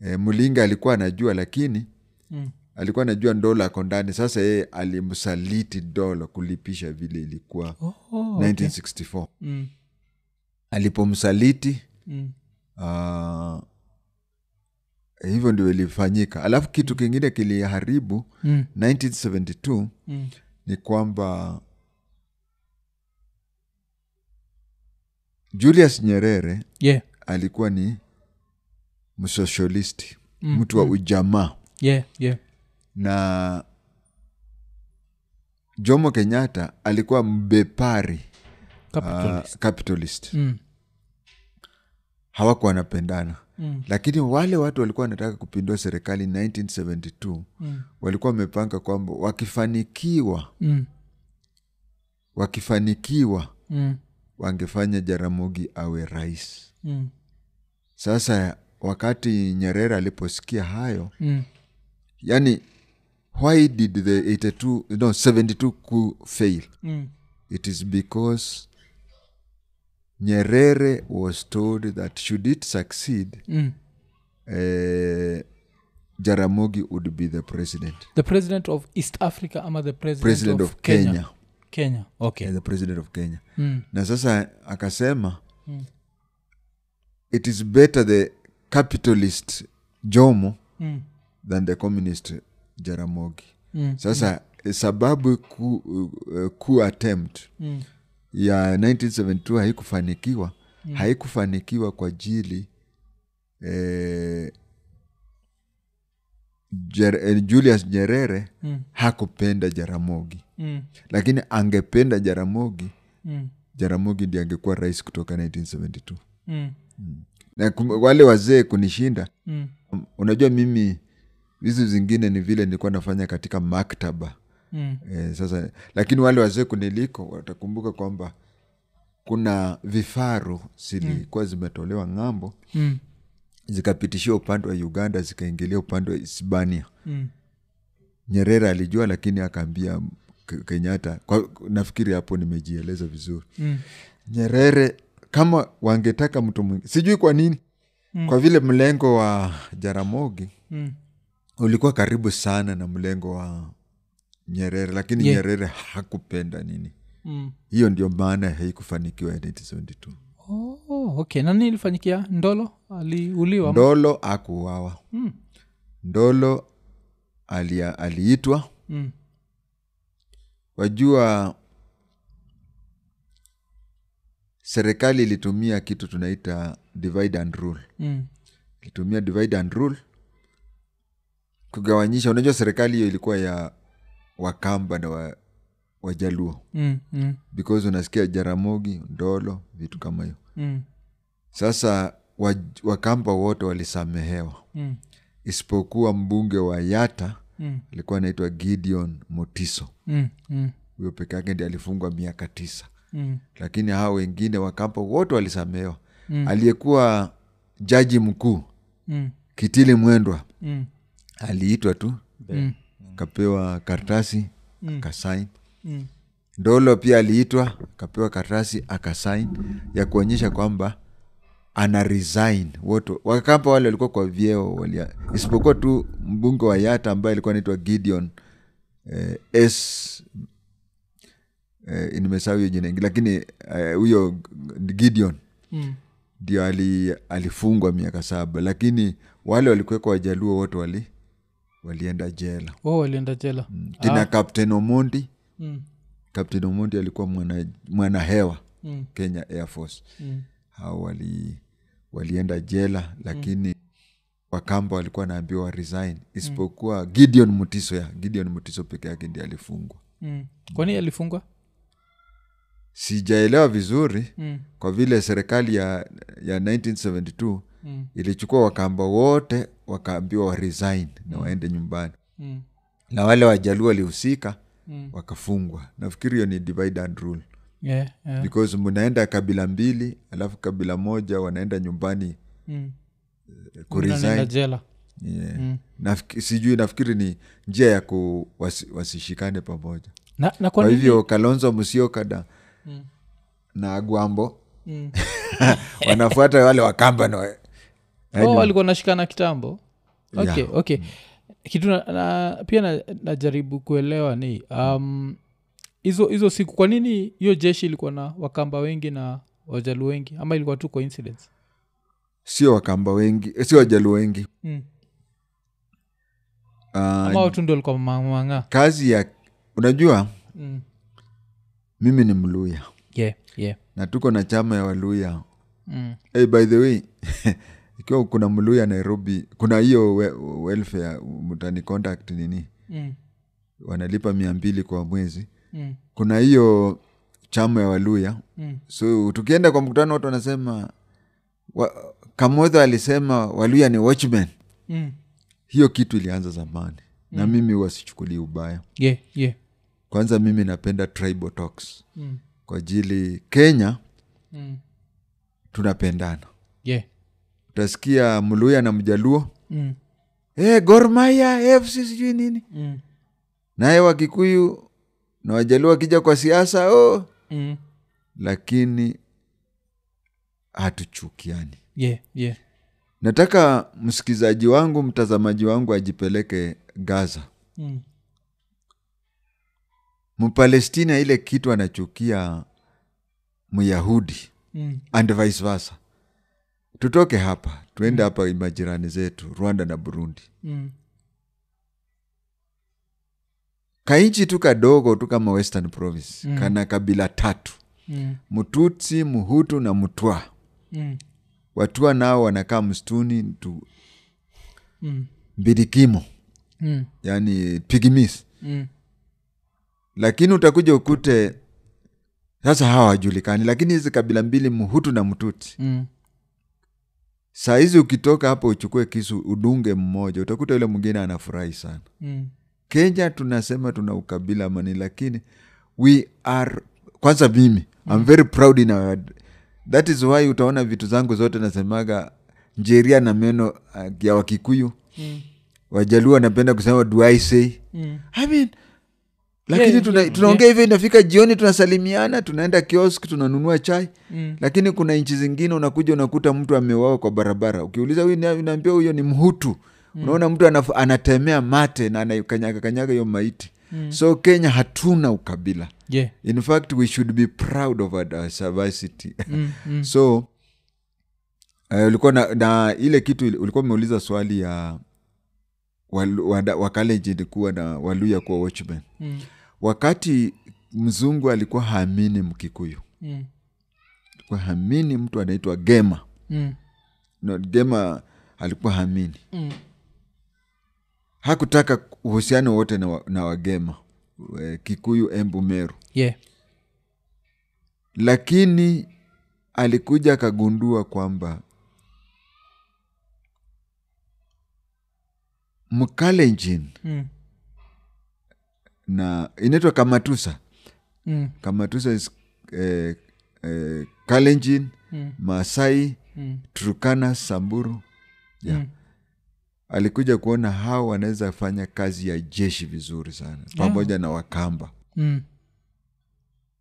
S2: e, mlinge alikuwa anajua lakini
S1: mm.
S2: alikuwa anajua ndolo ako ndani sasa yeye alimsaliti ndolo kulipisha vile ilikuwa
S1: Oh,
S2: 1964
S1: mm,
S2: alipomsaliti
S1: mm,
S2: ah, hivyo ndio ilifanyika alafu kitu kingine kiliharibu
S1: mm,
S2: 1972
S1: mm.
S2: ni kwamba julius nyerere
S1: Yeah.
S2: alikuwa ni msosialisti
S1: Mm,
S2: mtu wa ujamaa
S1: Yeah. Yeah.
S2: na jomo kenyatta alikuwa mbepari
S1: Capital.
S2: ah, capitalist
S1: Mm,
S2: hawakuwa wanapendana
S1: mm,
S2: lakini wale watu walikuwa wanataka kupindua serikali 1972
S1: mm,
S2: walikuwa wamepanga kwamba wakifanikiwa
S1: mm,
S2: wakifanikiwa
S1: mm,
S2: wangefanya jaramogi awe rais
S1: mm,
S2: sasa wakati nyerere aliposikia hayo
S1: mm.
S2: yani why did the 82, no, 72 coup fail
S1: Mm.
S2: it is because nyerere was told that should it succeed
S1: Mm.
S2: eh, jaramogi would be the president
S1: the president of east africa ama the president,
S2: president
S1: of,
S2: of kenya,
S1: kenya okay
S2: Eh, the president of kenya
S1: mm.
S2: na sasa akasema it is better the capitalist jomo
S1: Mm.
S2: than the communist jaramogi
S1: Mm.
S2: sasa eh, sababu ku, uh, ku attempt
S1: Mm.
S2: ya 1972 haikufanikiwa
S1: Mm.
S2: haikufanikiwa kwa ajili eh, Jer- eh, julius nyerere
S1: Mm.
S2: hakupenda jaramogi
S1: Mm.
S2: lakini angependa jaramogi
S1: Mm.
S2: jaramogi ndi angekuwa rais kutoka 1972
S1: Mm.
S2: na kum- wale wazee kunishinda
S1: Mm.
S2: um, unajua mimi hizi zingine ni vile nilikuwa nafanya katika maktaba
S1: Mm.
S2: e, sasa lakini wale wazee kuniliko watakumbuka kwamba kuna vifaru zilikuwa zimetolewa ng'ambo
S1: Mm.
S2: zikapitishia upande wa uganda zikaingilia upande wa hispania
S1: Mm.
S2: nyerere alijua lakini akaambia K- kenyatta kwa, nafikiri hapo nimejieleza vizuri
S1: Mm.
S2: nyerere kama wangetaka mtu mwingi sijui kwa nini mm. kwa vile mlengo wa jaramogi
S1: Mm.
S2: ulikuwa karibu sana na mlengo wa nyerere lakini
S1: Yeah.
S2: yeah. nyerere hakupenda nini
S1: Mm.
S2: hiyo ndio maana haikufanikiwa ya 1972
S1: Oh, okay nani ilifanyikia ndolo aliuliwa ama-
S2: ndolo akuuawa
S1: Mm.
S2: ndolo alia- aliitwa
S1: Mm.
S2: wajua serikali ilitumia kitu tunaita divide and rule
S1: Mm.
S2: ilitumia divide and rule kugawanyisha unajua serikali hiyo ilikuwa ya wakamba na wa, wajaluo
S1: Mm. Mm.
S2: because unasikia jaramogi ndolo vitu kama hiyo
S1: Mm.
S2: sasa wa, wakamba wote walisamehewa
S1: Mm.
S2: isipokuwa mbunge wa yata
S1: Mm.
S2: alikuwa anaitwa gideon motiso
S1: Mm. Mm.
S2: huyo peke yake ndi alifungwa miaka tisa
S1: Mm.
S2: lakini hawa wengine wakamba wote walisamehewa mm. aliyekuwa jaji mkuu
S1: Mm.
S2: kitili mwendwa
S1: Mm.
S2: aliitwa tu
S1: Mm.
S2: kapewa kartasi
S1: Mm.
S2: akasain
S1: Mm.
S2: ndolo pia aliitwa akapewa kartasi akasain ya kuonyesha kwamba ana resign wote wakamba wale walikuwa kwa vyeo walia, isipokuwa tu mbunge wa yata ambaye alikuwa anaitwa gideon eh, s eh, nimesahau hiyo jina ingine, lakini eh, huyo gideon
S1: Mm.
S2: ndio ali, alifungwa miaka saba lakini wale walikuwekwa wajaluo wote wali walienda jela
S1: wao walienda Oh, jela
S2: kina
S1: Ah.
S2: captain omondi captain omondi alikuwa mwana, mwana hewa
S1: Mm.
S2: kenya air force
S1: Mm.
S2: hao wali, walienda jela lakini wakamba walikuwa wanaambiwa wa resign
S1: Mm.
S2: isipokuwa gideon mutiso ya gideon mutiso peke yake ndi alifungwa
S1: Mm. kwani alifungwa
S2: sijaelewa vizuri
S1: mm.
S2: kwa vile serikali ya, ya 1972
S1: Mm.
S2: ilichukua wakamba wote wakaambiwa wa resign na waende nyumbani
S1: Mm.
S2: na wale wajaluo walihusika
S1: Mm.
S2: wakafungwa nafikiri hiyo ni divide and rule
S1: Yeah, yeah.
S2: because mnaenda kabila mbili alafu kabila moja wanaenda nyumbani
S1: Mm.
S2: eh,
S1: Wanaenda
S2: kuresign
S1: jela
S2: yeah.
S1: Mm.
S2: Nafiki, sijui nafikiri ni njia ya ku wasi, wasishikane pamoja
S1: na, na
S2: kwa
S1: kwa nini
S2: hivyo kalonzo musiokada
S1: Mm.
S2: na agwambo
S1: Mm.
S2: wanafuata wale wakamba na wa-
S1: oh,
S2: Anyway.
S1: walikuwa nashikana kitambo okay,
S2: Yeah.
S1: okay. kitu na, na, pia na- najaribu kuelewa ni um, hizo hizo siku kwa nini hiyo jeshi ilikuwa na wakamba wengi na wajalu wengi ama ilikuwa tu coincidence
S2: sio wakamba wengi sio wajalu wengi
S1: mm.
S2: Ah,
S1: ama watu ndio walikuwa mang'aa
S2: kazi ya unajua
S1: mm.
S2: mimi ni mluya
S1: yeah, yeah.
S2: na tuko na chama ya waluya
S1: mm.
S2: hey, by the way ikiwa kuna mluya nairobi kuna hiyo we, welfare mtani contact nini
S1: Mm.
S2: wanalipa mia mbili kwa mwezi
S1: Mm.
S2: kuna hiyo chama ya waluya
S1: Mm.
S2: so tukienda kwa mkutano watu wanasema wa, kamodho alisema waluya ni watchmen
S1: Mm.
S2: hiyo kitu ilianza zamani na mimi huwa sichukulii ubaya
S1: Yeah, yeah.
S2: kwanza mimi napenda tribal talks
S1: Mm.
S2: kwa ajili kenya
S1: Mm.
S2: tunapendana
S1: Yeah.
S2: utasikia mluya na mjaluo "Eh,
S1: Mm.
S2: hey, gormaya fc sijui nini
S1: Mm.
S2: naye wakikuyu na wajaluo wakija kwa siasa oh.
S1: Mm.
S2: lakini hatuchukiani
S1: Yeah, yeah.
S2: nataka msikilizaji wangu mtazamaji wangu ajipeleke gaza
S1: Mm.
S2: mpalestina ile kitu anachukia myahudi
S1: Mm.
S2: and vice versa tutoke hapa tuende hapa majirani zetu rwanda na burundi
S1: Mm.
S2: kainchi tu kadogo tu kama western province
S1: Mm.
S2: kana kabila tatu
S1: Mm.
S2: mtutsi mhutu na mtwa
S1: Mm.
S2: watua nao wanakaa msituni tu
S1: Mm.
S2: mbidikimo
S1: Mm.
S2: yani pigmis
S1: Mm.
S2: lakini utakuja ukute sasa hawa hawajulikani lakini hizi kabila mbili mhutu na mtutsi
S1: Mm.
S2: saa hizi ukitoka hapo uchukue kisu udunge mmoja utakuta yule mwingine anafurahi sana
S1: Mm.
S2: kenya tunasema tuna ukabila mani lakini we are kwanza mimi I'm very proud in our, that is why utaona vitu zangu zote nasemaga njeria na meno uh, ya wakikuyu
S1: Mm.
S2: wajalua wanapenda kusema do I say
S1: Mm.
S2: I mean, lakini
S1: Yeah,
S2: tuna,
S1: yeah,
S2: tunaongea hivyo inafika jioni tunasalimiana tunaenda kiosk tunanunua chai
S1: Mm.
S2: lakini kuna nchi zingine unakuja unakuta mtu ameuawa kwa barabara ukiuliza huyu ni- unaambiwa huyo ni mhutu
S1: Mm.
S2: unaona mtu anaf- anatemea mate na anakanyaga kanyaga hiyo maiti
S1: Mm.
S2: so kenya hatuna ukabila
S1: Yeah.
S2: in fact we should be proud of our diversity
S1: Mm. Mm.
S2: so eh, ulikuwa na, na ile kitu ili- ulikuwa umeuliza swali ya walu- wada- wakaleji kuwa na waluya kuwa watchmen
S1: Mm.
S2: wakati mzungu alikuwa haamini mkikuyu
S1: Mm.
S2: alikuwa haamini mtu anaitwa gema
S1: Mm.
S2: no, gema alikuwa haamini
S1: Mm.
S2: hakutaka uhusiano wote na, wa, na wagema eh, kikuyu embu meru
S1: Yeah.
S2: lakini alikuja akagundua kwamba mkalenjin
S1: Mm.
S2: na inaitwa kamatusa
S1: Mm.
S2: kamatusa is, eh, eh, kalenjin
S1: Mm.
S2: masai
S1: Mm.
S2: turukana samburu yeah.
S1: Mm.
S2: alikuja kuona hao wanaweza fanya kazi ya jeshi vizuri sana pamoja na wakamba
S1: Mm.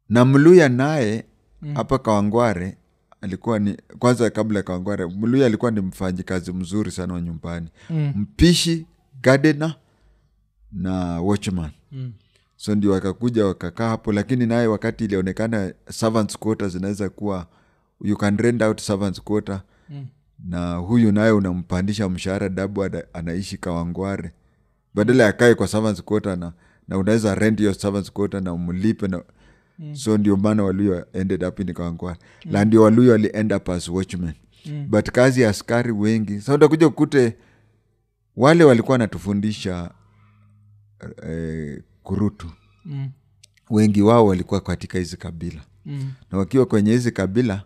S2: na mluya naye
S1: Mm.
S2: hapa kawangware alikuwa ni kwanza kabla ya kawangware mluya alikuwa ni mfanyikazi mzuri sana wa nyumbani
S1: Mm.
S2: mpishi gardener na watchman
S1: Mm.
S2: so ndio wakakuja wakakaa hapo lakini naye wakati ilionekana servants quarter zinaweza kuwa you can rent out servants quarter
S1: Mm.
S2: na huyu naye unampandisha mshahara dabu ana- anaishi kawangware badala ya kae kwa servants quarter na, na unaweza rent hiyo servants quarter na umlipe na mm. so ndio maana waluyo ended up in kawangware mm. na ndio waluyo wali end up as watchmen mm. but kazi ya askari wengi sa utakuja ukute wale walikuwa wanatufundisha eh, kurutu
S1: mm,
S2: wengi wao walikuwa katika hizi kabila
S1: mm,
S2: na wakiwa kwenye hizi kabila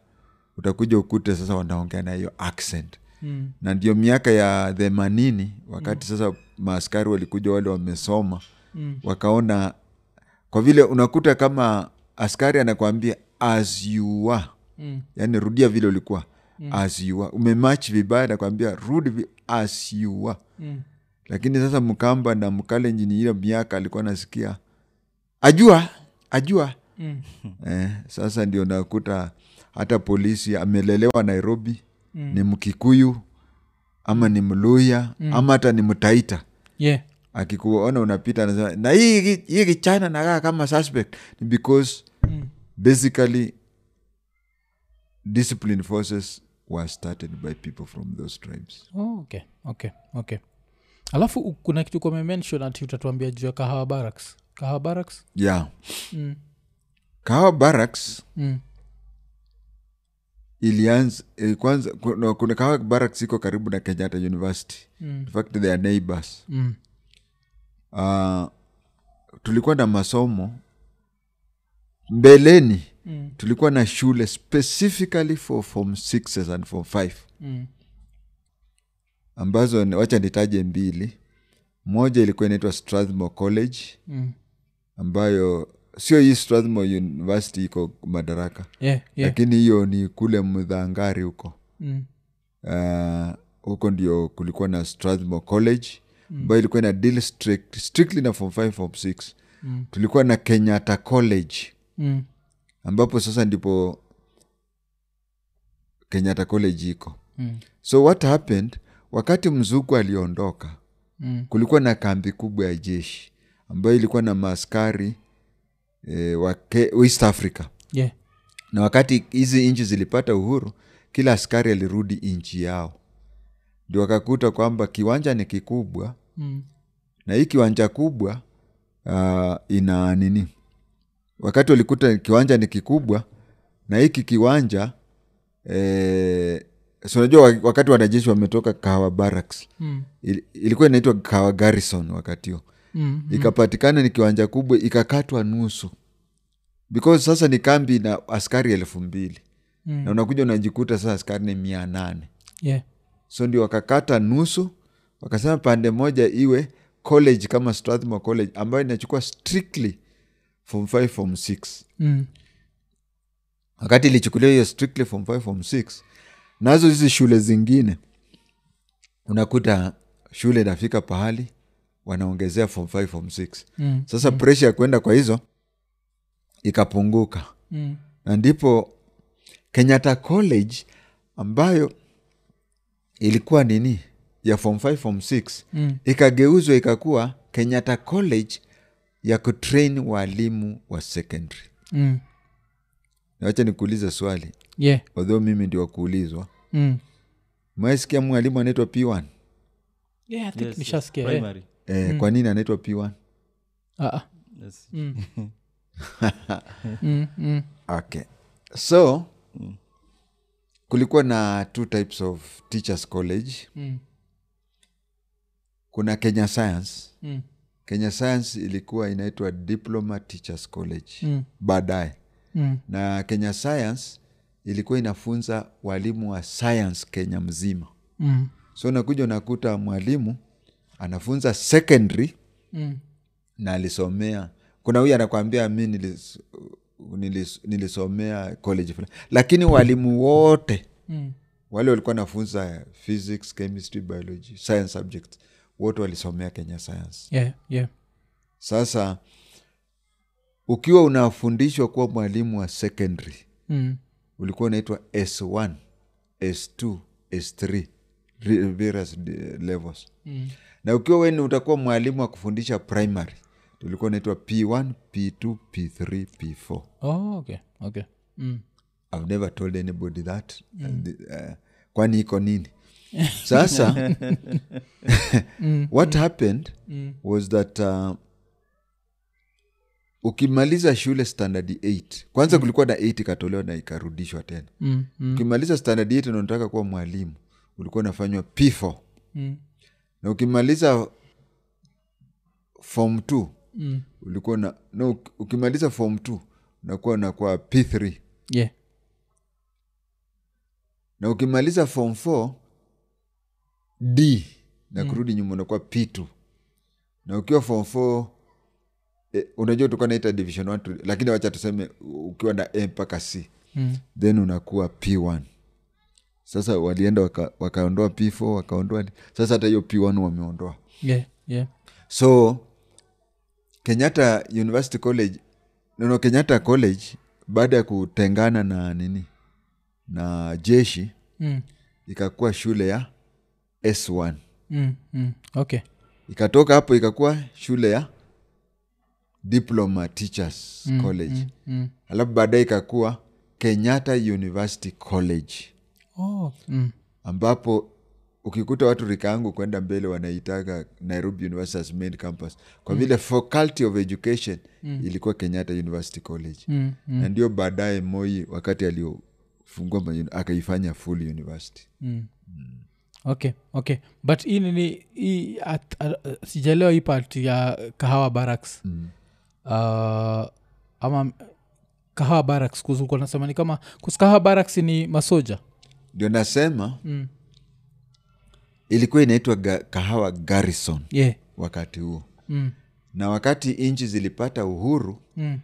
S2: utakuja ukute sasa wanaongea na hiyo accent
S1: mm,
S2: na ndio miaka ya themanini wakati sasa maaskari walikuja wale wamesoma
S1: mm,
S2: wakaona kwa vile unakuta kama askari anakwambia as you are
S1: mm,
S2: yani rudia vile ulikuwa as you are umemach vibaya nakwambia rudi vi- as you are
S1: mm,
S2: lakini sasa mkamba na mkalenjini hiyo miaka alikuwa nasikia ajua ajua
S1: mm,
S2: eh, sasa ndio nakuta hata polisi amelelewa nairobi
S1: Mm.
S2: mm. ni mkikuyu ama ni mluya mm. ama hata ni mtaita
S1: yeah
S2: akikuona unapita anasema na hii hii- hii kichana nakaa kama suspect ni because
S1: Mm.
S2: mm. basically discipline forces were started by people from those tribes
S1: Oh, okay okay okay alafu u- kuna kitu kumemention ati utatuambia juu ya kahawa barracks kahawa barracks
S2: yeah
S1: mm,
S2: kahawa barracks
S1: mm,
S2: ilianza eh, kwanza kuna, kuna kahawa barracks iko karibu na kenyatta university
S1: Mm.
S2: in fact they are neighbors
S1: mm,
S2: uh, tulikuwa na masomo mbeleni
S1: mm,
S2: tulikuwa na shule specifically for form sixes and form five
S1: mm,
S2: ambazo ni- wacha nitaje mbili moja ilikuwa inaitwa strathmore college
S1: mm.
S2: ambayo sio hii strathmore university iko madaraka
S1: yeah yeah
S2: lakini hiyo ni kule mdhangari huko
S1: mm,
S2: Ah, huko ndio kulikuwa na strathmore college ambayo ilikuwa ina deal strict, strictly na form 5 form 6
S1: Mm.
S2: tulikuwa na kenyatta college
S1: mm,
S2: ambapo sasa ndipo kenyatta college iko
S1: mm,
S2: so what happened wakati mzungu aliondoka
S1: mm,
S2: kulikuwa na kambi kubwa ya jeshi ambayo ilikuwa na maaskari e, wa Ke- east africa
S1: yeah
S2: na wakati hizi nchi zilipata uhuru kila askari alirudi nchi yao ndio wakakuta kwamba kiwanja ni kikubwa
S1: mm,
S2: na hii kiwanja kubwa uh, ina nini wakati walikuta kiwanja ni kikubwa na hiki kiwanja eh, si unajua wa- wakati wanajeshi wametoka kahawa barracks
S1: mm,
S2: Il, ilikuwa inaitwa kahawa garrison wakati huo
S1: mm, mm,
S2: ikapatikana ni kiwanja kubwa ikakatwa nusu because sasa ni kambi na askari elfu mbili
S1: Mm.
S2: na unakuja unajikuta sasa askari ni mia nane
S1: yeah
S2: so ndio wakakata nusu wakasema pande moja iwe college kama strathmore college ambayo inachukua strictly form 5 form 6
S1: mm,
S2: wakati ilichukuliwa hiyo strictly form 5 form 6 nazo hizi shule zingine unakuta shule inafika pahali wanaongezea form 5 form 6
S1: mm,
S2: sasa presha ya kwenda kwa hizo ikapunguka
S1: mm,
S2: na ndipo kenyatta college ambayo ilikuwa nini ya form 5 form 6
S1: Mm.
S2: ikageuzwa ikakuwa kenyatta college ya kutrain walimu wa secondary
S1: mm,
S2: wacha nikuulize swali
S1: yeah
S2: although mimi ndio wakuulizwa
S1: mm.
S2: maesikia mwalimu anaitwa p1
S1: yeah i think
S3: Yes, yes,
S1: nishasikia yeah.
S3: primary.
S2: eh, mm. kwa nini anaitwa p1
S1: Ah, ah.
S3: Yes.
S1: Mm, mm,
S2: okay so kulikuwa na two types of teachers college
S1: mm,
S2: kuna kenya science
S1: mm,
S2: kenya science ilikuwa inaitwa diploma teachers college
S1: Mm.
S2: mm. baadaye
S1: mm,
S2: na kenya science ilikuwa inafunza walimu wa science kenya mzima
S1: mm,
S2: so unakuja unakuta mwalimu anafunza secondary
S1: mm,
S2: na alisomea kuna huyu anakwambia mi nilis, nilis, nilisomea college fulani lakini walimu wote
S1: mm,
S2: wale walikuwa nafunza physics chemistry biology science subjects wote walisomea kenya science
S1: yeah yeah
S2: sasa ukiwa unafundishwa kuwa mwalimu wa secondary
S1: mm,
S2: ulikuwa unaitwa s1 s2 s3 re- various d- levels
S1: mm,
S2: na ukiwa weni utakuwa mwalimu wa kufundisha primary ulikuwa unaitwa p1 p2 p3 p4
S1: oh okay okay mm,
S2: i've never told anybody that mm. uh, kwani iko nini sasa what happened
S1: Mm.
S2: was that uh, ukimaliza shule standard 8 kwanza kulikuwa na 8 ikatolewa na ikarudishwa tena
S1: Mm, mm,
S2: ukimaliza standard 8 na unataka kuwa mwalimu ulikuwa unafanywa p4
S1: mm,
S2: na ukimaliza form 2
S1: mm.
S2: ulikuwa na no, uk- ukimaliza form 2 unakuwa unakuwa p3
S1: Yeah.
S2: na ukimaliza form 4 d na
S1: Mm.
S2: kurudi nyuma unakuwa p2 na ukiwa form 4 eh, unajua tulikuwa naita division 1 tu- lakini wacha tuseme u- ukiwa na a mpaka c
S1: Mm.
S2: then unakuwa p1 sasa walienda waka- wakaondoa p4 wakaondoa sasa hata hiyo p1 wameondoa
S1: Yeah. Yeah.
S2: so kenyatta university college no, no, kenyatta college baada ya kutengana na nini na jeshi
S1: Mm.
S2: ikakuwa shule ya s1
S1: Mm. Mm. Okay.
S2: ikatoka hapo ikakuwa shule ya diploma teachers mm, college mm,
S1: mm.
S2: alafu baadaye ikakuwa kenyatta university college
S1: Oh. Mm.
S2: ambapo ukikuta watu rikaangu kwenda mbele wanaitaga nairobi university as main campus kwa
S1: Mm.
S2: vile faculty of education ilikuwa kenyatta university college
S1: Mm.
S2: na ndio baadaye moi wakati aliofungua mauni- akaifanya full university
S1: Mm. okay okay but hii nini hii at- at- sijaelewa hii part ya kahawa barracks mm. uh, ama kahawa barracks kuzuko nasema ni kama kus kahawa barracks ni masoja
S2: ndio nasema
S1: Mm.
S2: ilikuwa inaitwa ga, kahawa garrison
S1: yeah
S2: wakati huo
S1: mm.
S2: na wakati nchi zilipata uhuru
S1: Mm.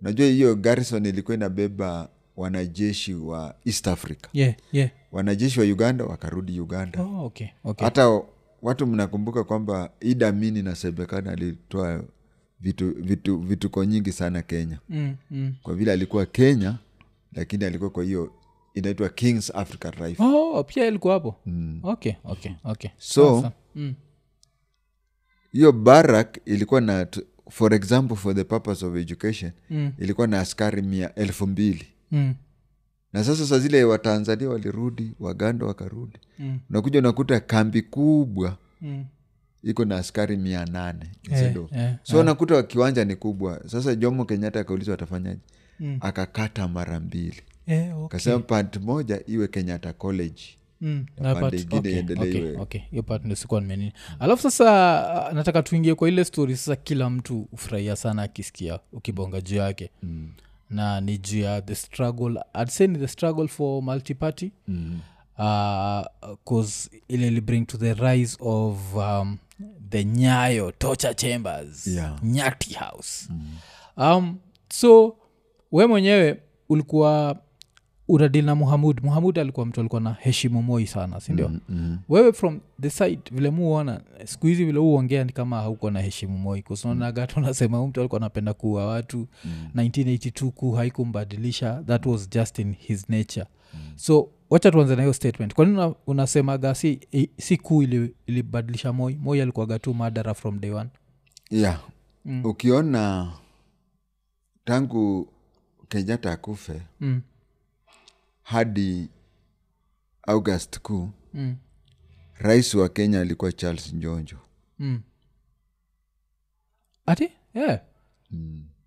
S2: najua hiyo garrison ilikuwa inabeba wanajeshi wa east africa
S1: yeah yeah
S2: wanajeshi wa uganda wakarudi uganda
S1: oh, okay okay
S2: hata watu mnakumbuka kwamba idamini inasemekana alitoa vitu vitu vituko nyingi sana kenya
S1: mm. Mm.
S2: kwa vile alikuwa kenya lakini alikuwa kwa hiyo inaitwa kings african rifle
S1: oh pia ilikuwa hapo mm. okay okay okay
S2: so
S1: mm.
S2: hiyo barak ilikuwa na t- for example for the purpose of education
S1: Mm.
S2: ilikuwa na askari mia elfu mbili
S1: Mm.
S2: na sasa saa zile watanzania walirudi waganda wakarudi
S1: Mm.
S2: unakuja unakuta kambi kubwa
S1: Mm.
S2: iko na askari mia nane
S1: Eh,
S2: hey,
S1: eh,
S2: so unakuta kiwanja ni kubwa sasa jomo kenyatta akaulizwa atafanyaje
S1: Mm.
S2: akakata mara mbili
S1: eh, okay.
S2: akasema pand moja iwe kenyatta college
S1: Mm, na
S2: Na pande
S1: part-
S2: ingine
S1: okay,
S2: iendelee
S1: okay,
S2: iwe-
S1: okay. hiyo part ndio sikuwa nimenini alafu sasa uh, nataka tuingie kwa ile story sasa kila mtu hufurahia sana akisikia ukibonga juu yake
S2: Hmm.
S1: mm. na ni juu ya the struggle I'd say ni the struggle for multiparty mm.
S2: Hmm.
S1: uh, cause ile ili bring to the rise of um, the nyayo torture chambers
S2: Yeah.
S1: nyati house mm. um, so we mwenyewe ulikuwa unadili na muhamud muhamud alikuwa mtu alikuwa na heshimu moi sana sindio mm, mm. wewe from the side vile muona siku hizi vile uongea ni kama hauko na heshimu moi kusonagat unasema huyu mtu alikuwa anapenda kuua watu mm. 1982 ku haikumbadilisha that was just in his nature mm. so wacha tuanze na hiyo statement kwanini una, unasemaga si, i- si kuu ili- ilibadilisha moi moi alikuwaga tu madara from day one
S2: yeah. mm. ukiona tangu kenyatta akufe
S1: mm.
S2: hadi august kuu
S1: Mm.
S2: rais wa kenya alikuwa charles njonjo
S1: 啊 Mm. ati yeah.
S2: mm.